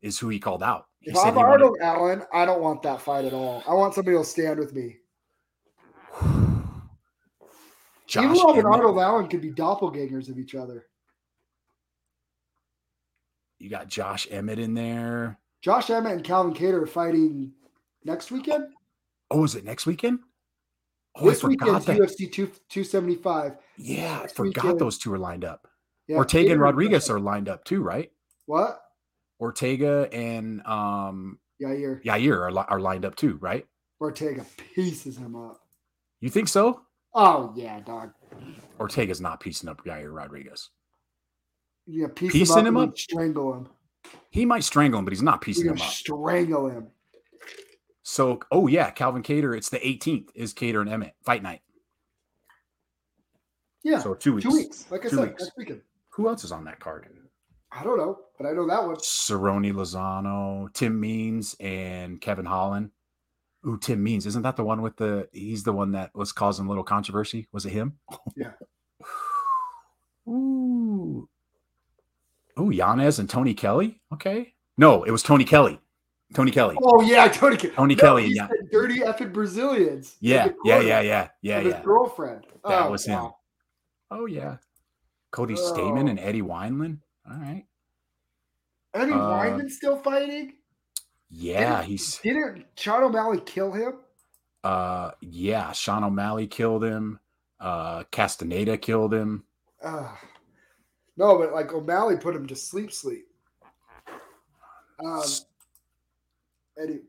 [SPEAKER 1] Is who he called out. He
[SPEAKER 2] If I'm
[SPEAKER 1] he wanted-
[SPEAKER 2] Arnold Allen, I don't want that fight at all. I want somebody who'll stand with me.
[SPEAKER 1] Josh
[SPEAKER 2] Evilov and
[SPEAKER 1] Emmett.
[SPEAKER 2] Arnold Allen could be doppelgangers of each other.
[SPEAKER 1] You got Josh Emmett in there.
[SPEAKER 2] Josh Emmett and Calvin Cater are fighting next weekend.
[SPEAKER 1] Oh, is it next weekend? Oh,
[SPEAKER 2] this
[SPEAKER 1] I forgot
[SPEAKER 2] weekend's
[SPEAKER 1] that.
[SPEAKER 2] UFC 2, 275.
[SPEAKER 1] yeah, I
[SPEAKER 2] next
[SPEAKER 1] forgot
[SPEAKER 2] weekend.
[SPEAKER 1] those two are lined up.
[SPEAKER 2] Yeah,
[SPEAKER 1] Ortega and
[SPEAKER 2] Cater-
[SPEAKER 1] Rodriguez are lined up too, right?
[SPEAKER 2] What?
[SPEAKER 1] Ortega and um,
[SPEAKER 2] Yair.
[SPEAKER 1] Yair are, li- are lined up too, right?
[SPEAKER 2] Ortega pieces him up.
[SPEAKER 1] You think so?
[SPEAKER 2] Oh, yeah, dog.
[SPEAKER 1] Ortega's not piecing up Yair Rodriguez.
[SPEAKER 2] Yeah, piece
[SPEAKER 1] Piecing
[SPEAKER 2] him
[SPEAKER 1] him
[SPEAKER 2] up. and
[SPEAKER 1] up?
[SPEAKER 2] Strangle him.
[SPEAKER 1] He might strangle him, but he's not
[SPEAKER 2] You're
[SPEAKER 1] piecing
[SPEAKER 2] gonna
[SPEAKER 1] him up.
[SPEAKER 2] strangle him.
[SPEAKER 1] So, oh yeah, Calvin Cater. It's the 18th is Cater and Emmett fight night.
[SPEAKER 2] Yeah.
[SPEAKER 1] So two weeks.
[SPEAKER 2] two weeks. Like I
[SPEAKER 1] Two
[SPEAKER 2] said,
[SPEAKER 1] weeks.
[SPEAKER 2] next weekend.
[SPEAKER 1] Who else is on that card?
[SPEAKER 2] I don't know, but I know that one.
[SPEAKER 1] Cerrone Lozano, Tim Means, and Kevin Holland. Ooh, Tim Means. Isn't that the one with the he's the one that was causing a little controversy? Was it him?
[SPEAKER 2] Yeah.
[SPEAKER 1] Ooh. Ooh, Yanez and Tony Kelly. Okay. No, it was Tony Kelly. Tony Kelly.
[SPEAKER 2] Oh yeah, Tony. Ke-
[SPEAKER 1] Tony Kelly,
[SPEAKER 2] He
[SPEAKER 1] yeah.
[SPEAKER 2] said dirty effing Brazilians.
[SPEAKER 1] Yeah,
[SPEAKER 2] With the
[SPEAKER 1] yeah,
[SPEAKER 2] quarter
[SPEAKER 1] yeah, yeah, yeah,
[SPEAKER 2] of his
[SPEAKER 1] yeah.
[SPEAKER 2] girlfriend.
[SPEAKER 1] That
[SPEAKER 2] Oh,
[SPEAKER 1] was him.
[SPEAKER 2] wow.
[SPEAKER 1] Oh yeah. Cody
[SPEAKER 2] Oh.
[SPEAKER 1] Stamen and Eddie Wineland. All right.
[SPEAKER 2] Eddie
[SPEAKER 1] Uh,
[SPEAKER 2] Wineman still fighting?
[SPEAKER 1] Yeah, he's
[SPEAKER 2] Didn't Sean O'Malley kill him?
[SPEAKER 1] uh yeah, Sean O'Malley killed him. Uh Castaneda killed him.
[SPEAKER 2] Ugh. no, but like O'Malley put him to sleep, sleep. Um, any,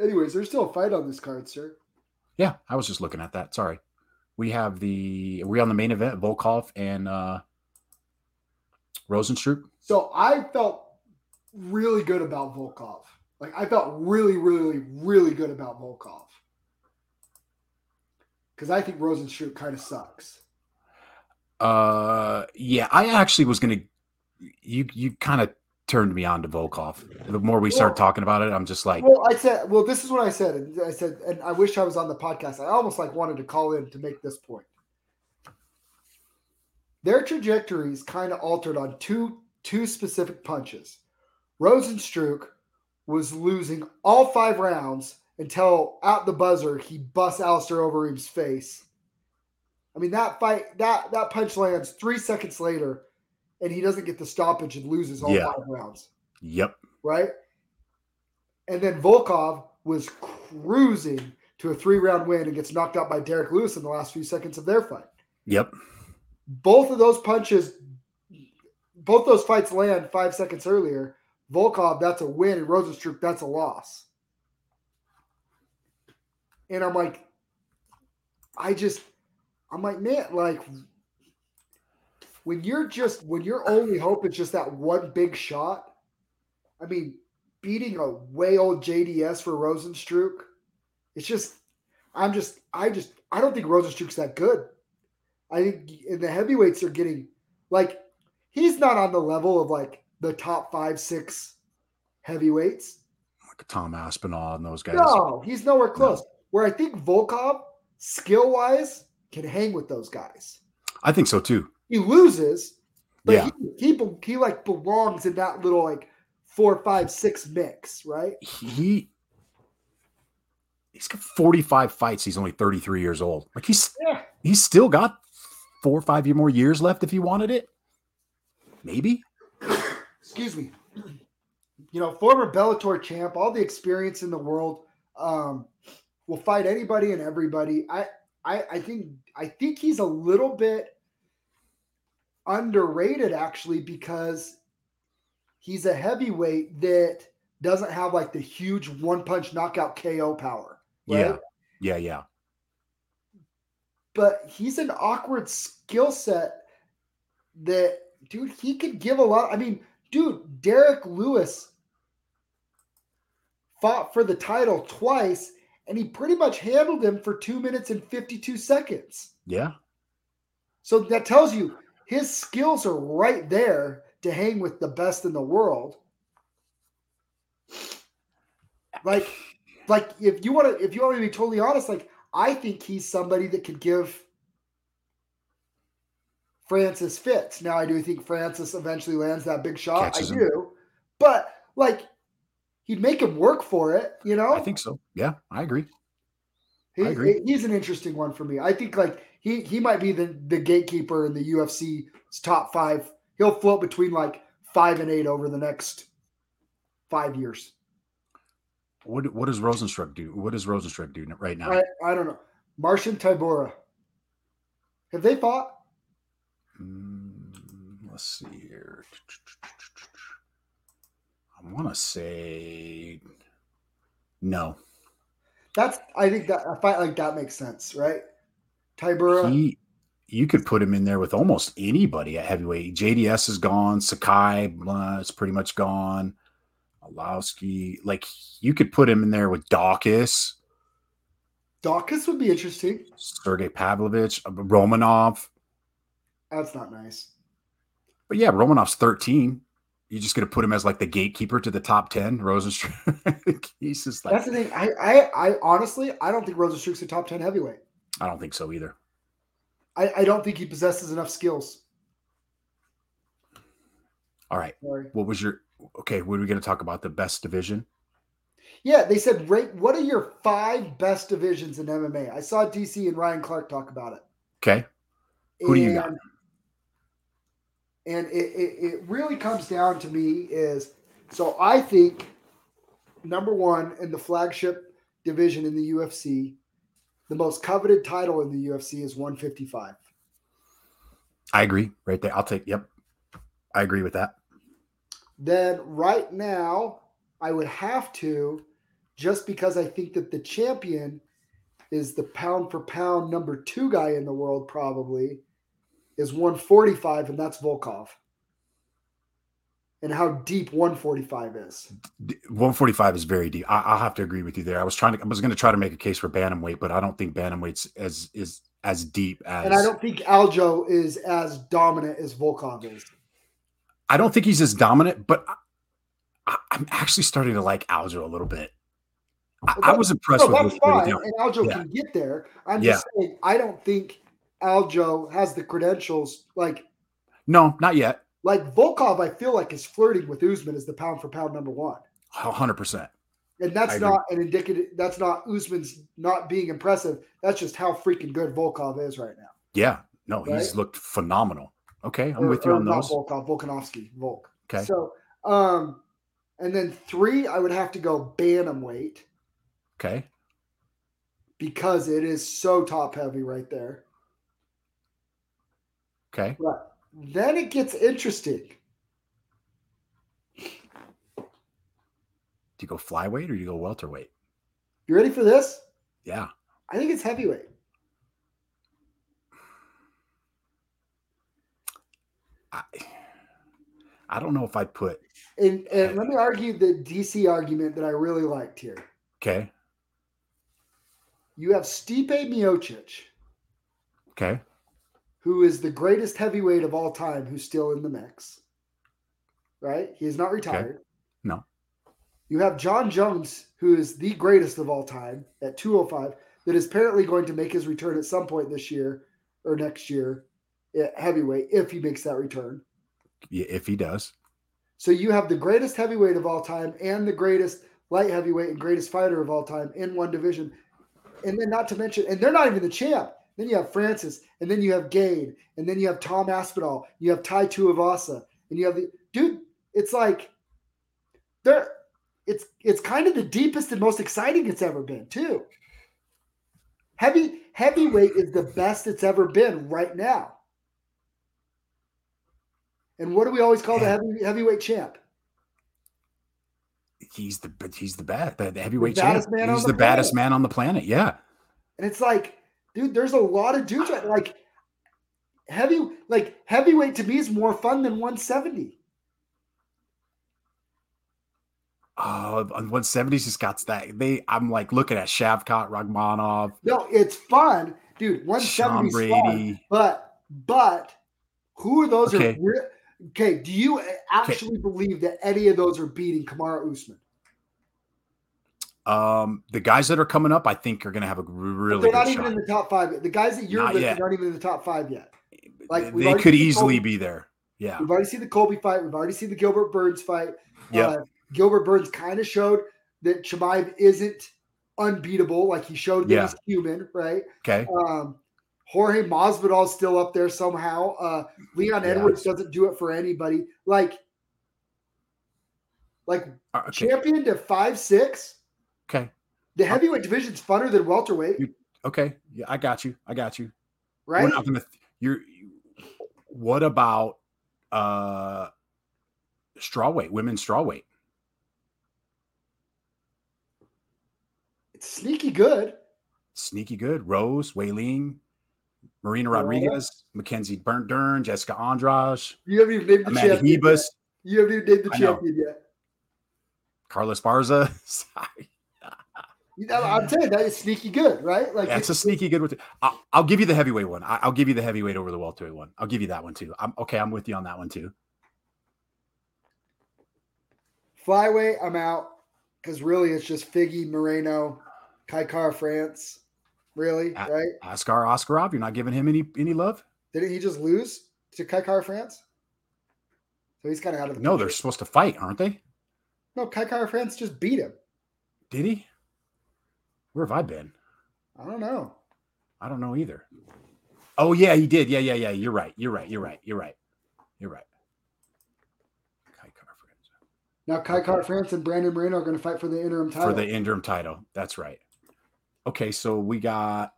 [SPEAKER 2] anyways, there's still a fight on this card, sir.
[SPEAKER 1] Yeah, I was just looking at that. Sorry. We have the are we on the main event, Volkov and uh Rosenstruck.
[SPEAKER 2] So I felt really good about Volkov. Like I felt really, really, really good about Volkov because I think Rosenstruck kind of sucks.
[SPEAKER 1] Uh yeah, I actually was gonna you you kind of turned me on to Volkov. The more we start
[SPEAKER 2] Well-
[SPEAKER 1] talking about it, I'm just like
[SPEAKER 2] Well, I said, well, this is what I said, and I said, and I wish I was on the podcast. I almost like wanted to call in to make this point. Their trajectories kind of altered on two two specific punches. Rosenstruck was losing all five rounds until out the buzzer he busts Alistair Overeem's face. I mean that fight that that punch lands three seconds later, and he doesn't get the stoppage and loses all
[SPEAKER 1] Yeah.
[SPEAKER 2] five rounds
[SPEAKER 1] Yep.
[SPEAKER 2] right? And then Volkov was cruising to a three round win and gets knocked out by Derek Lewis in the last few seconds of their fight.
[SPEAKER 1] Yep.
[SPEAKER 2] Both of those punches, both those fights land five seconds earlier. Volkov, that's a win, and Rosenstruck, that's a loss. And I'm like, I just, I'm like, man, like, when you're just, when your only hope is just that one big shot, I mean, beating a way old JDS for Rosenstruck, it's just, I'm just, I just, I don't think Rosenstruck's that good. I think and the heavyweights are getting, like, he's not on the level of like the top five, six heavyweights.
[SPEAKER 1] Like Tom Aspinall and those guys.
[SPEAKER 2] No, he's nowhere close. Where I think Volkov, skill wise, can hang with those guys.
[SPEAKER 1] I think so too.
[SPEAKER 2] He loses, but
[SPEAKER 1] Yeah.
[SPEAKER 2] he, he be- he like belongs in that little like four, five, six mix, right?
[SPEAKER 1] He he's got 45 fights. He's only 33 years old. Like he's
[SPEAKER 2] Yeah.
[SPEAKER 1] he's still got four or five year more years left if he wanted it. Maybe.
[SPEAKER 2] excuse me, you know, former Bellator champ, all the experience in the world, um, will fight anybody and everybody. I, I, I think, I think he's a little bit underrated actually because he's a heavyweight that doesn't have like the huge one punch knockout KO power. right?
[SPEAKER 1] Yeah. Yeah. Yeah.
[SPEAKER 2] but he's an awkward skill set that dude he could give a lot i mean Dude, Derek Lewis fought for the title twice and he pretty much handled him for two minutes and 52 seconds.
[SPEAKER 1] Yeah.
[SPEAKER 2] So that tells you his skills are right there to hang with the best in the world. Like, like if you want to, if you want me to be totally honest, like I think he's somebody that could give Francis fits. Now I do think Francis eventually lands that big shot.
[SPEAKER 1] Catches
[SPEAKER 2] I
[SPEAKER 1] him.
[SPEAKER 2] do, but like he'd make him work for it. You know,
[SPEAKER 1] I think so. Yeah, I agree.
[SPEAKER 2] He,
[SPEAKER 1] I agree.
[SPEAKER 2] he- He's an interesting one for me. I think like he he might be the the gatekeeper in the UFC's top five. He'll float between like five and eight over the next five years.
[SPEAKER 1] What what does Rosenstruck do? What does Rosenstruck do n- right now?
[SPEAKER 2] I, I don't know. Martian Tybora. Have they fought?
[SPEAKER 1] Mm, let's see here. I want to say no.
[SPEAKER 2] That's I think that a fight like that makes sense, right? Tybura.
[SPEAKER 1] He, you could put him in there with almost anybody at heavyweight. JDS is gone. Sakai blah, is pretty much gone. Alowski, like you could put him in there with Dawkins,
[SPEAKER 2] Dawkins would be interesting.
[SPEAKER 1] Sergey Pavlovich, uh, Romanov.
[SPEAKER 2] That's not nice.
[SPEAKER 1] But yeah, Romanov's 13. You're just going to put him as like the gatekeeper to the top 10. Rosenstruck. He's just like,
[SPEAKER 2] That's the thing. I I, I honestly I don't think Rosenstruck's a top ten heavyweight.
[SPEAKER 1] I don't think so either.
[SPEAKER 2] I, I don't think he possesses enough skills.
[SPEAKER 1] All right.
[SPEAKER 2] Sorry.
[SPEAKER 1] What was your, okay, what are we going to talk about? The best division?
[SPEAKER 2] Yeah, they said rate what are your five best divisions in MMA? I saw DC and Ryan Clark talk about it.
[SPEAKER 1] Okay. Who do you got?
[SPEAKER 2] And- And it, it, it really comes down to me is so I think number one in the flagship division in the UFC, the most coveted title in the UFC is 155.
[SPEAKER 1] I agree right there. I'll take, yep. I agree with that.
[SPEAKER 2] then right now I would have to just because I think that the champion is the pound for pound number two guy in the world, probably is 145, and that's Volkov. And how deep 145 is.
[SPEAKER 1] D- 145 is very deep. I, I'll have to agree with you there. I was trying to, I was going to try to make a case for bantamweight, but I don't think bantamweight's as, is as deep as,
[SPEAKER 2] And I don't think Aljo is as dominant as Volkov is.
[SPEAKER 1] I don't think he's as dominant, but I, I, I'm actually starting to like Aljo a little bit. I,
[SPEAKER 2] Well,
[SPEAKER 1] I
[SPEAKER 2] that-
[SPEAKER 1] was impressed
[SPEAKER 2] no,
[SPEAKER 1] with
[SPEAKER 2] that's
[SPEAKER 1] his play with
[SPEAKER 2] fine,
[SPEAKER 1] him.
[SPEAKER 2] and Aljo
[SPEAKER 1] Yeah.
[SPEAKER 2] can get there. I'm just saying, I don't think Aljo has the credentials. Like
[SPEAKER 1] No, not yet.
[SPEAKER 2] Like Volkov, I feel like is flirting with Usman as the pound for pound number one,
[SPEAKER 1] 100%.
[SPEAKER 2] and
[SPEAKER 1] I
[SPEAKER 2] that's
[SPEAKER 1] agree.
[SPEAKER 2] not an indicative. That's not Usman's not being impressive. That's just how freaking good Volkov is right now.
[SPEAKER 1] Yeah. No, he's
[SPEAKER 2] Right?
[SPEAKER 1] looked phenomenal. Okay. I'm
[SPEAKER 2] Or-
[SPEAKER 1] with you
[SPEAKER 2] or
[SPEAKER 1] on
[SPEAKER 2] not
[SPEAKER 1] those.
[SPEAKER 2] Volkov, Volkanovski, Volk.
[SPEAKER 1] Okay.
[SPEAKER 2] So, um, and then three, I would have to go bantamweight
[SPEAKER 1] Okay.
[SPEAKER 2] because it is so top heavy right there.
[SPEAKER 1] Okay.
[SPEAKER 2] But then it gets interesting.
[SPEAKER 1] Do you go flyweight or do you go welterweight?
[SPEAKER 2] You ready for this?
[SPEAKER 1] Yeah.
[SPEAKER 2] I think it's heavyweight.
[SPEAKER 1] I, I don't know if I'd put,
[SPEAKER 2] And, and let me argue the DC argument that I really liked here.
[SPEAKER 1] okay.
[SPEAKER 2] You have Stipe Miocic,
[SPEAKER 1] Okay.
[SPEAKER 2] who is the greatest heavyweight of all time, who's still in the mix. Right? He is not retired.
[SPEAKER 1] No.
[SPEAKER 2] You have John Jones, who is the greatest of all time at 205, that is apparently going to make his return at some point this year or next year at heavyweight if he makes that return.
[SPEAKER 1] Yeah, if he does.
[SPEAKER 2] So you have the greatest heavyweight of all time and the greatest light heavyweight and greatest fighter of all time in one division. And then not to mention, and they're not even the champ. Then you have Francis, and then you have Gade, and then you have Tom Aspinall, you have Tai Tuivasa, and you have the dude. It's like they're it's it's kind of the deepest and most exciting it's ever been, too. Heavy heavyweight is the best it's ever been right now. And what do we always call the
[SPEAKER 1] Yeah.
[SPEAKER 2] heavy, heavyweight champ?
[SPEAKER 1] He's the but he's the bad the, the heavyweight champ.
[SPEAKER 2] baddest man on
[SPEAKER 1] He's
[SPEAKER 2] the
[SPEAKER 1] the, baddest
[SPEAKER 2] planet.
[SPEAKER 1] man on the planet. Yeah,
[SPEAKER 2] And it's like, dude, there's a lot of dudes right like heavy like heavyweight to me is more fun than 170.
[SPEAKER 1] Oh, on 170s just got that. They, I'm like looking at Shavkat, Ragmanov,
[SPEAKER 2] No, it's fun, dude. One
[SPEAKER 1] Sean
[SPEAKER 2] seventy fun,
[SPEAKER 1] Brady.
[SPEAKER 2] but but who are those? Are
[SPEAKER 1] Okay.
[SPEAKER 2] re- okay, do you actually believe that any of those are beating Kamara Usman?
[SPEAKER 1] Um, the guys that are coming up, I think, are going to have a
[SPEAKER 2] But
[SPEAKER 1] really
[SPEAKER 2] they're not
[SPEAKER 1] good
[SPEAKER 2] even
[SPEAKER 1] shot.
[SPEAKER 2] in the top five. yet. The guys that you're
[SPEAKER 1] Not
[SPEAKER 2] listing
[SPEAKER 1] yet.
[SPEAKER 2] aren't even in the top five yet. like,
[SPEAKER 1] They-
[SPEAKER 2] we've
[SPEAKER 1] they
[SPEAKER 2] already
[SPEAKER 1] could
[SPEAKER 2] seen
[SPEAKER 1] easily
[SPEAKER 2] Kobe.
[SPEAKER 1] be there. Yeah.
[SPEAKER 2] We've already seen the Colby fight. We've already seen the Gilbert Burns fight.
[SPEAKER 1] Yep.
[SPEAKER 2] Uh, Gilbert Burns kind of showed that Chimaev isn't unbeatable. Like he showed that
[SPEAKER 1] Yeah.
[SPEAKER 2] he's human, right?
[SPEAKER 1] Okay.
[SPEAKER 2] Um, Jorge Masvidal's still up there somehow. Uh, Leon
[SPEAKER 1] Yeah.
[SPEAKER 2] Edwards doesn't do it for anybody. Like, like
[SPEAKER 1] Uh, Okay.
[SPEAKER 2] champion to five six.
[SPEAKER 1] Okay.
[SPEAKER 2] The heavyweight division's funner than welterweight,
[SPEAKER 1] You- Okay. Yeah, I got you. I got you.
[SPEAKER 2] right?
[SPEAKER 1] We're not gonna. You're. you- What about uh, strawweight? Women's strawweight.
[SPEAKER 2] It's sneaky good.
[SPEAKER 1] Sneaky good. Rose, Wailing, Marina
[SPEAKER 2] Morata.
[SPEAKER 1] Rodriguez, Mackenzie Burnt Dern, Jessica Andrade,
[SPEAKER 2] You haven't even named the
[SPEAKER 1] Amanda
[SPEAKER 2] champion. yet.
[SPEAKER 1] Hebus,
[SPEAKER 2] You haven't even named the
[SPEAKER 1] I know.
[SPEAKER 2] champion yet.
[SPEAKER 1] Carlos Barza. Sorry.
[SPEAKER 2] You know, I'm saying that is sneaky good, right? Like
[SPEAKER 1] That's a sneaky good one. I'll, I'll give you the heavyweight one. I, I'll give you the heavyweight over the welterweight one. I'll give you that one too. I'm okay. I'm with you on that one too.
[SPEAKER 2] flyweight, I'm out because really it's just Figgy Moreno, Kaikar France. Really,
[SPEAKER 1] Uh,
[SPEAKER 2] right?
[SPEAKER 1] Oscar Oscarov, you're not giving him any any love.
[SPEAKER 2] Didn't he just lose to Kaikar France? So he's kind of out of the
[SPEAKER 1] No,
[SPEAKER 2] picture.
[SPEAKER 1] they're supposed to fight, aren't they?
[SPEAKER 2] no Kaikar France just beat him.
[SPEAKER 1] Did he? Where have I been?
[SPEAKER 2] I don't know.
[SPEAKER 1] I don't know either. Oh yeah, he did. Yeah, yeah, yeah. You're right. You're right. You're right. You're right. You're right. Kai Carver
[SPEAKER 2] Now Kaikar France and Brandon Moreno are going to fight for the interim title.
[SPEAKER 1] for the interim title. That's right. Okay, so we got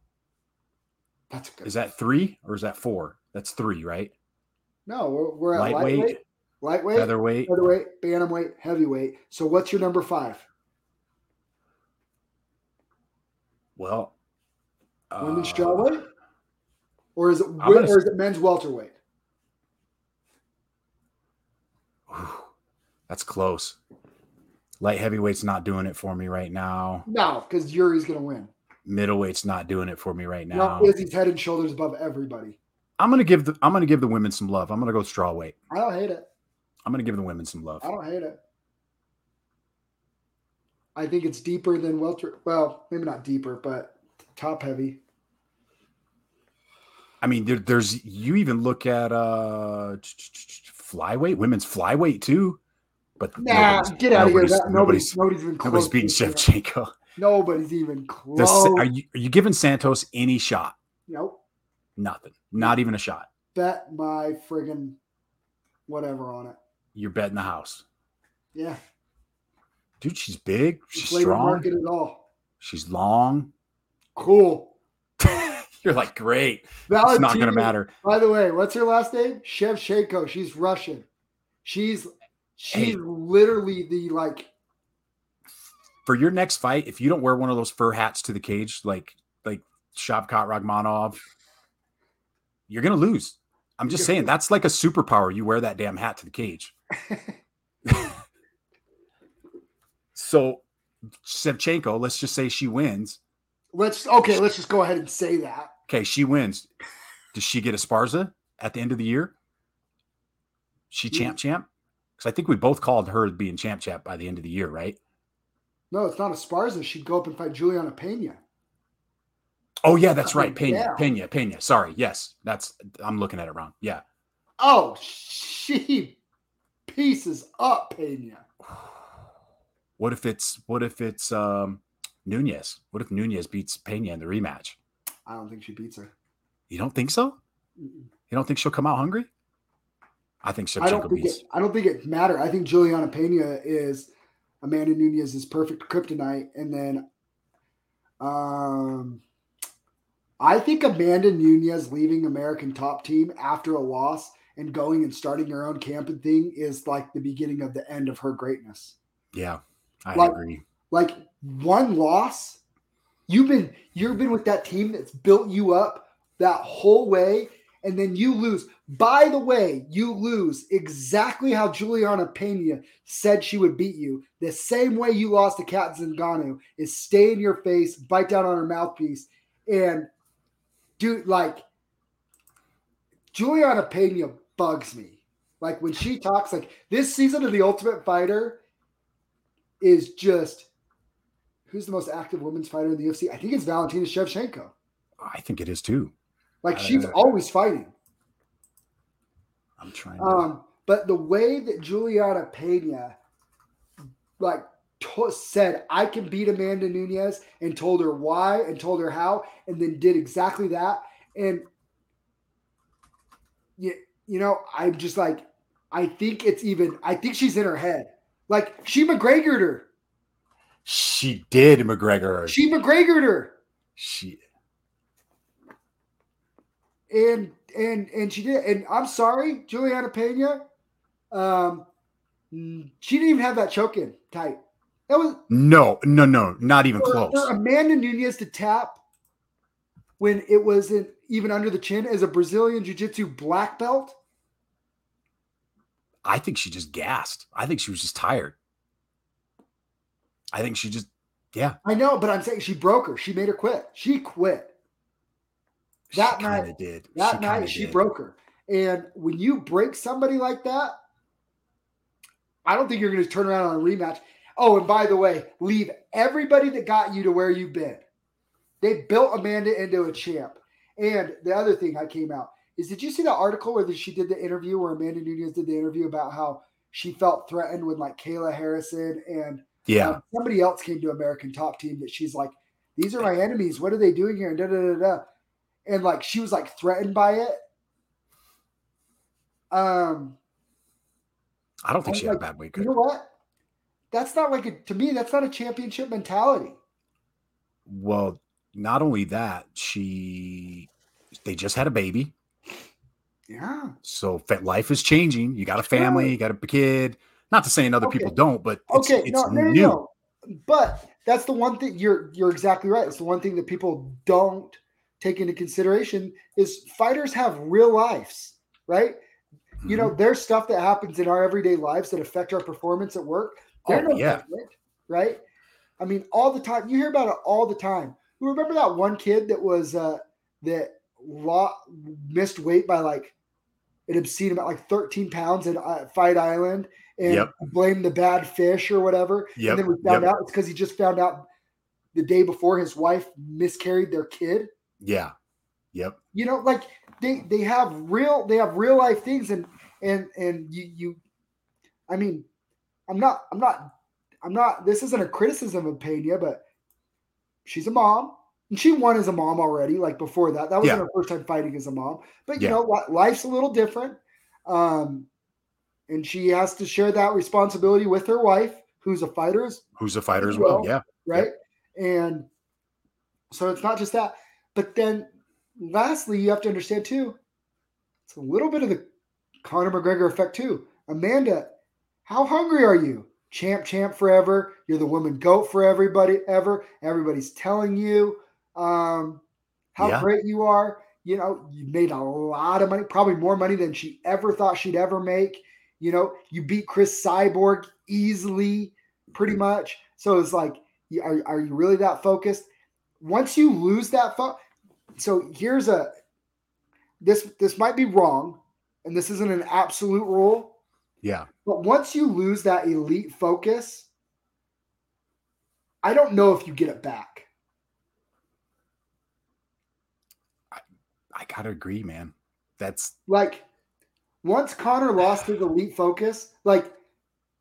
[SPEAKER 2] That's good.
[SPEAKER 1] is that three or is that four? That's three, right?
[SPEAKER 2] no, we're, we're at
[SPEAKER 1] Lightweight,
[SPEAKER 2] lightweight, lightweight,
[SPEAKER 1] featherweight.
[SPEAKER 2] featherweight, bantamweight, heavyweight. So what's your number five?
[SPEAKER 1] Well,
[SPEAKER 2] Women's
[SPEAKER 1] uh,
[SPEAKER 2] strawweight, or is it
[SPEAKER 1] I'm gonna
[SPEAKER 2] or is it men's welterweight?
[SPEAKER 1] whew, that's close. Light heavyweight's not doing it for me right now.
[SPEAKER 2] No, because Yuri's going to win.
[SPEAKER 1] Middleweight's not doing it for me right now.
[SPEAKER 2] Now Izzy's head and shoulders above everybody.
[SPEAKER 1] I'm gonna give the I'm gonna give the women some love. I'm gonna go strawweight.
[SPEAKER 2] I don't hate it.
[SPEAKER 1] I'm gonna give the women some love.
[SPEAKER 2] I don't hate it. I think it's deeper than welter. Well, maybe not deeper, but top heavy.
[SPEAKER 1] I mean, there, there's you even look at uh flyweight, women's flyweight too, but
[SPEAKER 2] Nah,
[SPEAKER 1] nobody's-
[SPEAKER 2] get out of here.
[SPEAKER 1] nobody's-
[SPEAKER 2] That,
[SPEAKER 1] nobody's
[SPEAKER 2] nobody's, nobody's even close.
[SPEAKER 1] nobody's
[SPEAKER 2] to
[SPEAKER 1] beating
[SPEAKER 2] this guy.
[SPEAKER 1] Shevchenko.
[SPEAKER 2] Nobody's even close.
[SPEAKER 1] Does Sa- are you are you giving Santos any shot?
[SPEAKER 2] nope.
[SPEAKER 1] Nothing. Not even a shot.
[SPEAKER 2] Bet my friggin' whatever on it.
[SPEAKER 1] You're betting the house,
[SPEAKER 2] Yeah.
[SPEAKER 1] dude. She's big. She's
[SPEAKER 2] labor
[SPEAKER 1] strong.
[SPEAKER 2] market at all.
[SPEAKER 1] She's long.
[SPEAKER 2] Cool.
[SPEAKER 1] You're like great. It's
[SPEAKER 2] Valentina,
[SPEAKER 1] not gonna matter.
[SPEAKER 2] By the way, what's her last name? Shevchenko. She's Russian. She's she's
[SPEAKER 1] Hey.
[SPEAKER 2] literally the like
[SPEAKER 1] for your next fight, if you don't wear one of those fur hats to the cage, like like Shavkat Rachmanov, you're gonna lose. I'm just saying that's like a superpower. You wear that damn hat to the cage. so Shevchenko, let's just say she wins.
[SPEAKER 2] let's okay, let's just go ahead and say that.
[SPEAKER 1] Okay, she wins. Does she get Esparza at the end of the year? She champ champ? Because I think we both called her being champ champ by the end of the year, right?
[SPEAKER 2] No, it's not Esparza. She'd go up and fight Juliana Pena.
[SPEAKER 1] Oh yeah, that's right.
[SPEAKER 2] Oh,
[SPEAKER 1] Pena,
[SPEAKER 2] yeah.
[SPEAKER 1] Pena, Pena. Sorry, yes, that's I'm looking at it wrong. Yeah,
[SPEAKER 2] Oh, she pieces up Pena.
[SPEAKER 1] What if it's what if it's um Nunez? What if Nunez beats Pena in the rematch?
[SPEAKER 2] I don't think she beats her.
[SPEAKER 1] You don't think so?
[SPEAKER 2] Mm-mm.
[SPEAKER 1] You don't think she'll come out hungry? I think
[SPEAKER 2] I don't
[SPEAKER 1] Shevchenko
[SPEAKER 2] think
[SPEAKER 1] beats.
[SPEAKER 2] it. I don't think it matter. I think Juliana Pena is Amanda Nunez's perfect kryptonite, and then, um, I think Amanda Nunez leaving American Top Team after a loss and going and starting her own camping thing is like the beginning of the end of her greatness.
[SPEAKER 1] Yeah, I
[SPEAKER 2] Like-
[SPEAKER 1] agree.
[SPEAKER 2] Like one loss, you've been you've been with that team that's built you up that whole way, and then you lose. By the way, you lose exactly how Juliana Pena said she would beat you. The same way you lost to Kat Zingano is stay in your face, bite down on her mouthpiece, and dude, like Juliana Pena bugs me. Like when she talks, like this season of The Ultimate Fighter is just who's the most active women's fighter in the UFC? I think it's Valentina Shevchenko.
[SPEAKER 1] I think it is too.
[SPEAKER 2] Like she's always fighting.
[SPEAKER 1] I'm trying. To...
[SPEAKER 2] Um, but the way that Juliana Pena, like, to- said, "I can beat Amanda Nunez," and told her why, and told her how, and then did exactly that. And you, you know, I'm just like, I think it's even. I think she's in her head. Like she McGregored her.
[SPEAKER 1] she did McGregor. She,
[SPEAKER 2] She McGregored her. and and and she did and i'm sorry juliana pena um mm, she didn't even have that choke in tight that was
[SPEAKER 1] no, no, no, not even
[SPEAKER 2] for,
[SPEAKER 1] close.
[SPEAKER 2] for amanda nunez to tap when it wasn't even under the chin as a brazilian jiu-jitsu black belt
[SPEAKER 1] I think she just gassed. I think she was just tired. I think she just
[SPEAKER 2] i know but i'm saying she broke her she made her quit she quit That
[SPEAKER 1] she
[SPEAKER 2] night-
[SPEAKER 1] kinda did.
[SPEAKER 2] that
[SPEAKER 1] kinda
[SPEAKER 2] night she
[SPEAKER 1] did.
[SPEAKER 2] broke her and when you break somebody like that i don't think you're going to turn around on a rematch oh and by the way leave everybody that got you to where you've been they built amanda into a champ and the other thing i came out is did you see that article where she did the interview where amanda nunez did the interview about how she felt threatened when like kayla harrison and
[SPEAKER 1] Yeah,
[SPEAKER 2] um, somebody else came to American Top Team that she's like, these are my enemies. What are they doing here? And da da da da. And like she was like threatened by it. Um,
[SPEAKER 1] I don't think
[SPEAKER 2] I'm
[SPEAKER 1] she had a
[SPEAKER 2] like,
[SPEAKER 1] bad week.
[SPEAKER 2] you know what? That's not like a to me, that's not a championship mentality.
[SPEAKER 1] Well, not only that, she they just had a baby,
[SPEAKER 2] Yeah.
[SPEAKER 1] so fa- life is changing. You got a family, you got a kid. Not to saying other people
[SPEAKER 2] Okay.
[SPEAKER 1] don't, but it's,
[SPEAKER 2] Okay,
[SPEAKER 1] it's
[SPEAKER 2] no, no, no,
[SPEAKER 1] new.
[SPEAKER 2] no. But that's the one thing you're you're exactly right. It's the one thing that people don't take into consideration is fighters have real lives, right? you
[SPEAKER 1] Mm-hmm.
[SPEAKER 2] know there's stuff that happens in our everyday lives that affect our performance at work they're
[SPEAKER 1] Oh,
[SPEAKER 2] no
[SPEAKER 1] yeah.
[SPEAKER 2] different, right i mean all the time you hear about it all the time you remember that one kid that was uh that lo- missed weight by like an obscene about like 13 pounds at uh, fight island and
[SPEAKER 1] Yep.
[SPEAKER 2] blamed the bad fish or whatever
[SPEAKER 1] Yep,
[SPEAKER 2] and then we found
[SPEAKER 1] yep.
[SPEAKER 2] out it's because he just found out the day before his wife miscarried their kid
[SPEAKER 1] yeah, yep,
[SPEAKER 2] you know like they they have real they have real life things and and and you you i mean i'm not i'm not i'm not this isn't a criticism of pena but she's a mom and she won as a mom already like before that that wasn't
[SPEAKER 1] Yeah.
[SPEAKER 2] her first time fighting as a mom but you
[SPEAKER 1] Yeah.
[SPEAKER 2] know what life's a little different um and she has to share that responsibility with her wife who's a fighter as
[SPEAKER 1] who's a fighter as
[SPEAKER 2] Well,
[SPEAKER 1] well? Yeah,
[SPEAKER 2] right? And so it's not just that. But then lastly, you have to understand too, it's a little bit of the Conor McGregor effect too. Amanda, how hungry are you? Champ, champ forever. You're the woman goat for everybody ever. Everybody's telling you um, how
[SPEAKER 1] Yeah.
[SPEAKER 2] great you are. You know, you made a lot of money, probably more money than she ever thought she'd ever make. You know, you beat Chris Cyborg easily, pretty much. So it's like, you- are, are you really that focused? Once you lose that fo- so here's a this this might be wrong, and this isn't an absolute rule,
[SPEAKER 1] yeah.
[SPEAKER 2] but once you lose that elite focus, I don't know if you get it back.
[SPEAKER 1] I gotta agree, man. That's
[SPEAKER 2] Like once Connor lost his elite focus, like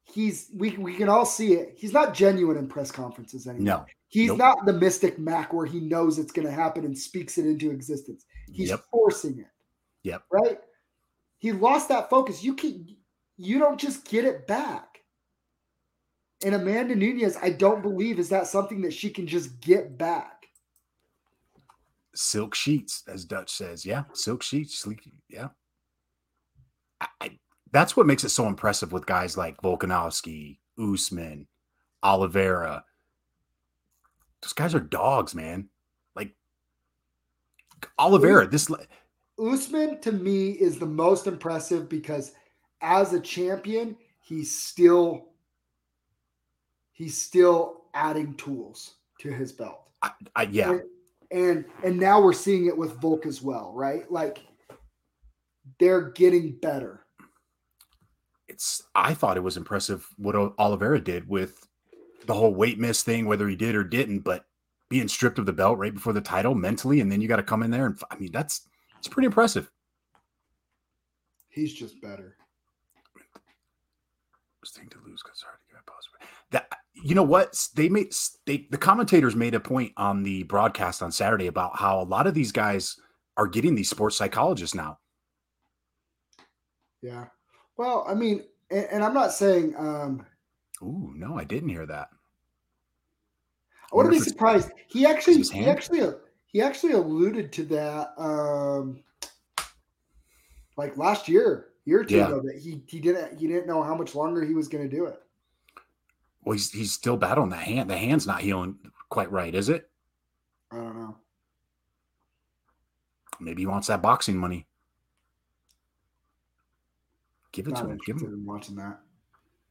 [SPEAKER 2] he's we we can all see it. He's not genuine in press conferences anymore.
[SPEAKER 1] no.
[SPEAKER 2] He's
[SPEAKER 1] Nope.
[SPEAKER 2] not the mystic Mac where he knows it's going to happen and speaks it into existence. He's
[SPEAKER 1] Yep.
[SPEAKER 2] forcing it.
[SPEAKER 1] Yep.
[SPEAKER 2] Right? He lost that focus. You can you don't just get it back. And Amanda Nunez, I don't believe is that something that she can just get back.
[SPEAKER 1] silk sheets, as Dutch says. Yeah, silk sheets, sleek. Yeah, I, I, that's what makes it so impressive with guys like Volkanovski, Usman, Oliveira. Those guys are dogs, man. Like Oliveira, this la-
[SPEAKER 2] Usman to me is the most impressive because as a champion, he's still he's still adding tools to his belt.
[SPEAKER 1] I, I, yeah,
[SPEAKER 2] And, and and now we're seeing it with Volk as well, right? Like they're getting better.
[SPEAKER 1] it's. I thought it was impressive what O- Oliveira did with the whole weight miss thing, whether he did or didn't, but being stripped of the belt right before the title mentally, and then you got to come in there and f- I mean that's it's pretty impressive.
[SPEAKER 2] He's just better.
[SPEAKER 1] Worst thing to lose because hard to give up possible. That you know what S- they made s- they the commentators made a point on the broadcast on Saturday about how a lot of these guys are getting these sports psychologists now.
[SPEAKER 2] Yeah. Well, I mean, and, and I'm not saying um
[SPEAKER 1] Ooh, no, I didn't hear that.
[SPEAKER 2] I wouldn't
[SPEAKER 1] Wonder
[SPEAKER 2] be
[SPEAKER 1] if it's-
[SPEAKER 2] surprised. He actually
[SPEAKER 1] his
[SPEAKER 2] he
[SPEAKER 1] hand?
[SPEAKER 2] actually he actually alluded to that um like last year, year or two
[SPEAKER 1] Yeah.
[SPEAKER 2] ago that he he didn't he didn't know how much longer he was gonna do it.
[SPEAKER 1] Well, he's he's still battling the hand. The hand's not healing quite right, is it?
[SPEAKER 2] I don't know.
[SPEAKER 1] Maybe he wants that boxing money. Give it
[SPEAKER 2] Not
[SPEAKER 1] to him. Give
[SPEAKER 2] interested
[SPEAKER 1] him.
[SPEAKER 2] in watching that.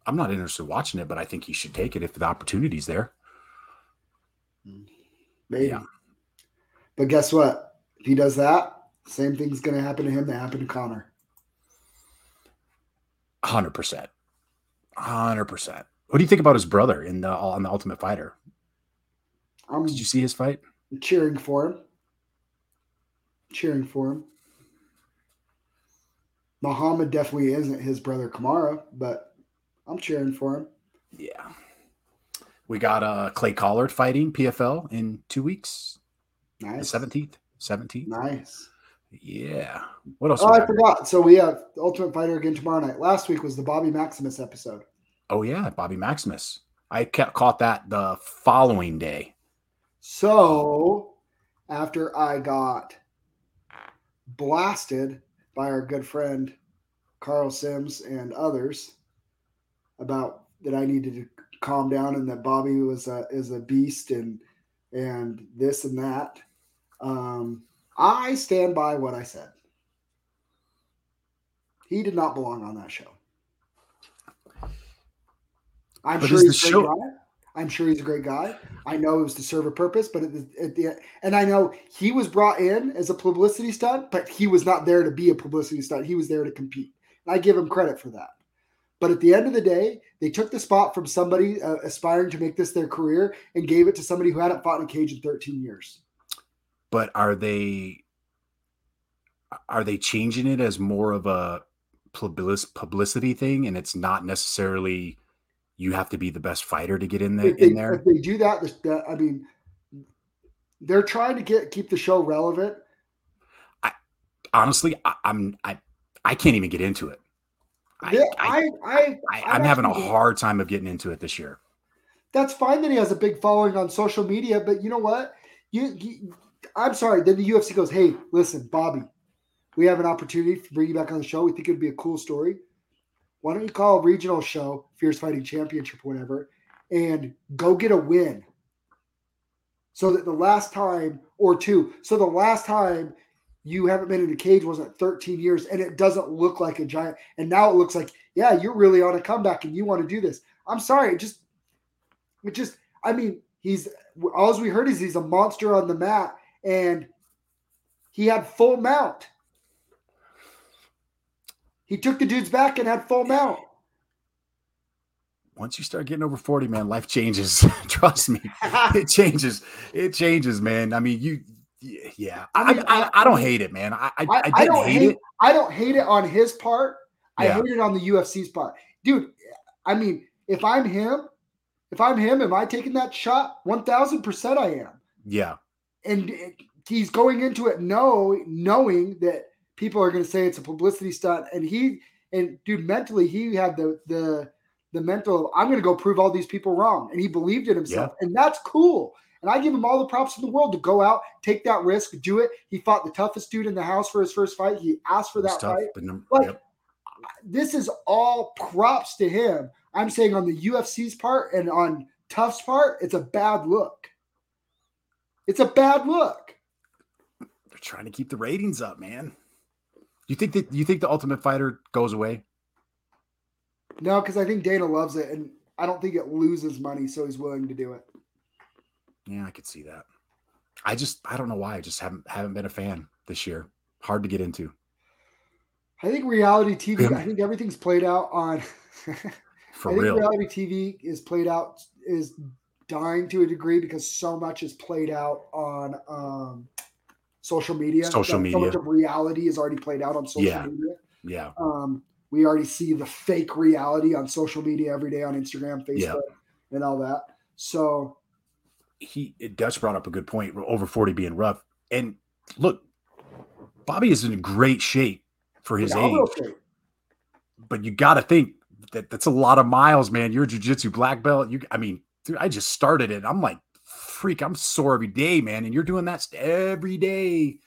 [SPEAKER 1] I'm not interested in watching it, but I think he should take it if the opportunity's there.
[SPEAKER 2] Mm. Maybe.
[SPEAKER 1] Yeah.
[SPEAKER 2] But guess what? If he does that, same thing's gonna happen to him that happened to Connor.
[SPEAKER 1] Hundred percent. Hundred percent. What do you think about his brother in the on the Ultimate Fighter?
[SPEAKER 2] I'm
[SPEAKER 1] Did you see his fight?
[SPEAKER 2] cheering for him. Cheering for him. Muhammad definitely isn't his brother Kamara, but I'm cheering for him.
[SPEAKER 1] Yeah. We got uh Clay Collard fighting PFL in two weeks, the
[SPEAKER 2] Nice.
[SPEAKER 1] seventeenth, seventeenth.
[SPEAKER 2] Nice.
[SPEAKER 1] Yeah. What else?
[SPEAKER 2] Oh,
[SPEAKER 1] we
[SPEAKER 2] I
[SPEAKER 1] got?
[SPEAKER 2] forgot. So we have Ultimate Fighter again tomorrow night. Last week was the Bobby Maximus episode.
[SPEAKER 1] oh yeah, Bobby Maximus. I ca- caught that the following day.
[SPEAKER 2] So after I got blasted by our good friend Carl Sims and others about that I needed to calm down and that Bobby was a is a beast and and this and that, um, I stand by what I said. He did not belong on that show. I'm
[SPEAKER 1] But
[SPEAKER 2] sure
[SPEAKER 1] is
[SPEAKER 2] he's
[SPEAKER 1] the
[SPEAKER 2] a
[SPEAKER 1] show-
[SPEAKER 2] great guy. I'm sure he's a great guy. I know it was to serve a purpose, but at the, at the and I know he was brought in as a publicity stunt, but he was not there to be a publicity stunt. He was there to compete. And I give him credit for that. But at the end of the day, they took the spot from somebody uh, aspiring to make this their career and gave it to somebody who hadn't fought in a cage in 13 years.
[SPEAKER 1] but are they are they changing it as more of a publis- publicity thing and it's not necessarily you have to be the best fighter to get in there
[SPEAKER 2] if they,
[SPEAKER 1] in there
[SPEAKER 2] if they do that, this- that- I mean, they're trying to get keep the show relevant.
[SPEAKER 1] honestly I, i'm i i can't even get into it I,
[SPEAKER 2] Yeah,
[SPEAKER 1] I,
[SPEAKER 2] I, I,
[SPEAKER 1] I,
[SPEAKER 2] I
[SPEAKER 1] I, am having a
[SPEAKER 2] actually-
[SPEAKER 1] hard time of getting into it this year
[SPEAKER 2] that's fine that he has a big following on social media, but you know what? You, you I'm sorry. Then the UFC goes, "Hey, listen, Bobby, we have an opportunity to bring you back on the show. We think it'd be a cool story. Why don't you call a regional show, Fierce Fighting Championship, whatever, and go get a win, so that the last time or two, so the last time." You haven't been in a cage wasn't 13 years, and it doesn't look like a giant. And now it looks like, yeah, you're really on a comeback, and you want to do this. I'm sorry, it just it just, I mean, he's all we heard is he's a monster on the mat, and he had full mount. He took the dude's back and had full mount.
[SPEAKER 1] once you start getting over 40 man life changes trust me it changes it changes man i mean you y- yeah i
[SPEAKER 2] I mean,
[SPEAKER 1] I, I,
[SPEAKER 2] I-
[SPEAKER 1] don't hate it man i i, I, didn't
[SPEAKER 2] don't
[SPEAKER 1] hate, it
[SPEAKER 2] I don't hate it on his part. I
[SPEAKER 1] Yeah.
[SPEAKER 2] hate it on the UFC's part, dude. I mean, if I'm him, if I'm him, am I taking that shot? One thousand percent, I am.
[SPEAKER 1] yeah
[SPEAKER 2] and it- he's going into it know knowing that people are going to say it's a publicity stunt and he and dude mentally he had the the the mental i'm going to go prove all these people wrong and he believed in himself and that's cool and i give him all the props in the world to go out take that risk do it he fought the toughest dude in the house for his first fight he asked for
[SPEAKER 1] it was
[SPEAKER 2] that
[SPEAKER 1] tough,
[SPEAKER 2] fight
[SPEAKER 1] but num-
[SPEAKER 2] Like,
[SPEAKER 1] yep.
[SPEAKER 2] this is all props to him i'm saying on the ufc's part and on tough's part it's a bad look it's a bad look
[SPEAKER 1] They're trying to keep the ratings up, man. You think that you think the Ultimate Fighter goes away?
[SPEAKER 2] No, because I think Dana loves it, and I don't think it loses money, so he's willing to do it.
[SPEAKER 1] Yeah, I could see that. I just I don't know why I just haven't haven't been a fan this year. Hard to get into.
[SPEAKER 2] I think reality TV. I think everything's played out on.
[SPEAKER 1] For
[SPEAKER 2] I think
[SPEAKER 1] real.
[SPEAKER 2] reality TV is played out is dying to a degree because so much is played out on um, social media.
[SPEAKER 1] Social
[SPEAKER 2] Like, So much
[SPEAKER 1] media.
[SPEAKER 2] of reality is already played out on social
[SPEAKER 1] Yeah.
[SPEAKER 2] media.
[SPEAKER 1] Yeah.
[SPEAKER 2] Um, we already see the fake reality on social media every day on Instagram, Facebook,
[SPEAKER 1] Yeah.
[SPEAKER 2] and all that. So
[SPEAKER 1] He Dutch brought up a good point. Over forty being rough, and look, Bobby is in great shape for his age.
[SPEAKER 2] phenomenal shape.
[SPEAKER 1] but you got to think that that's a lot of miles, man. You're a jujitsu black belt. You, I mean, dude, I just started it. I'm like, freak, I'm sore every day, man. And you're doing that st- every day.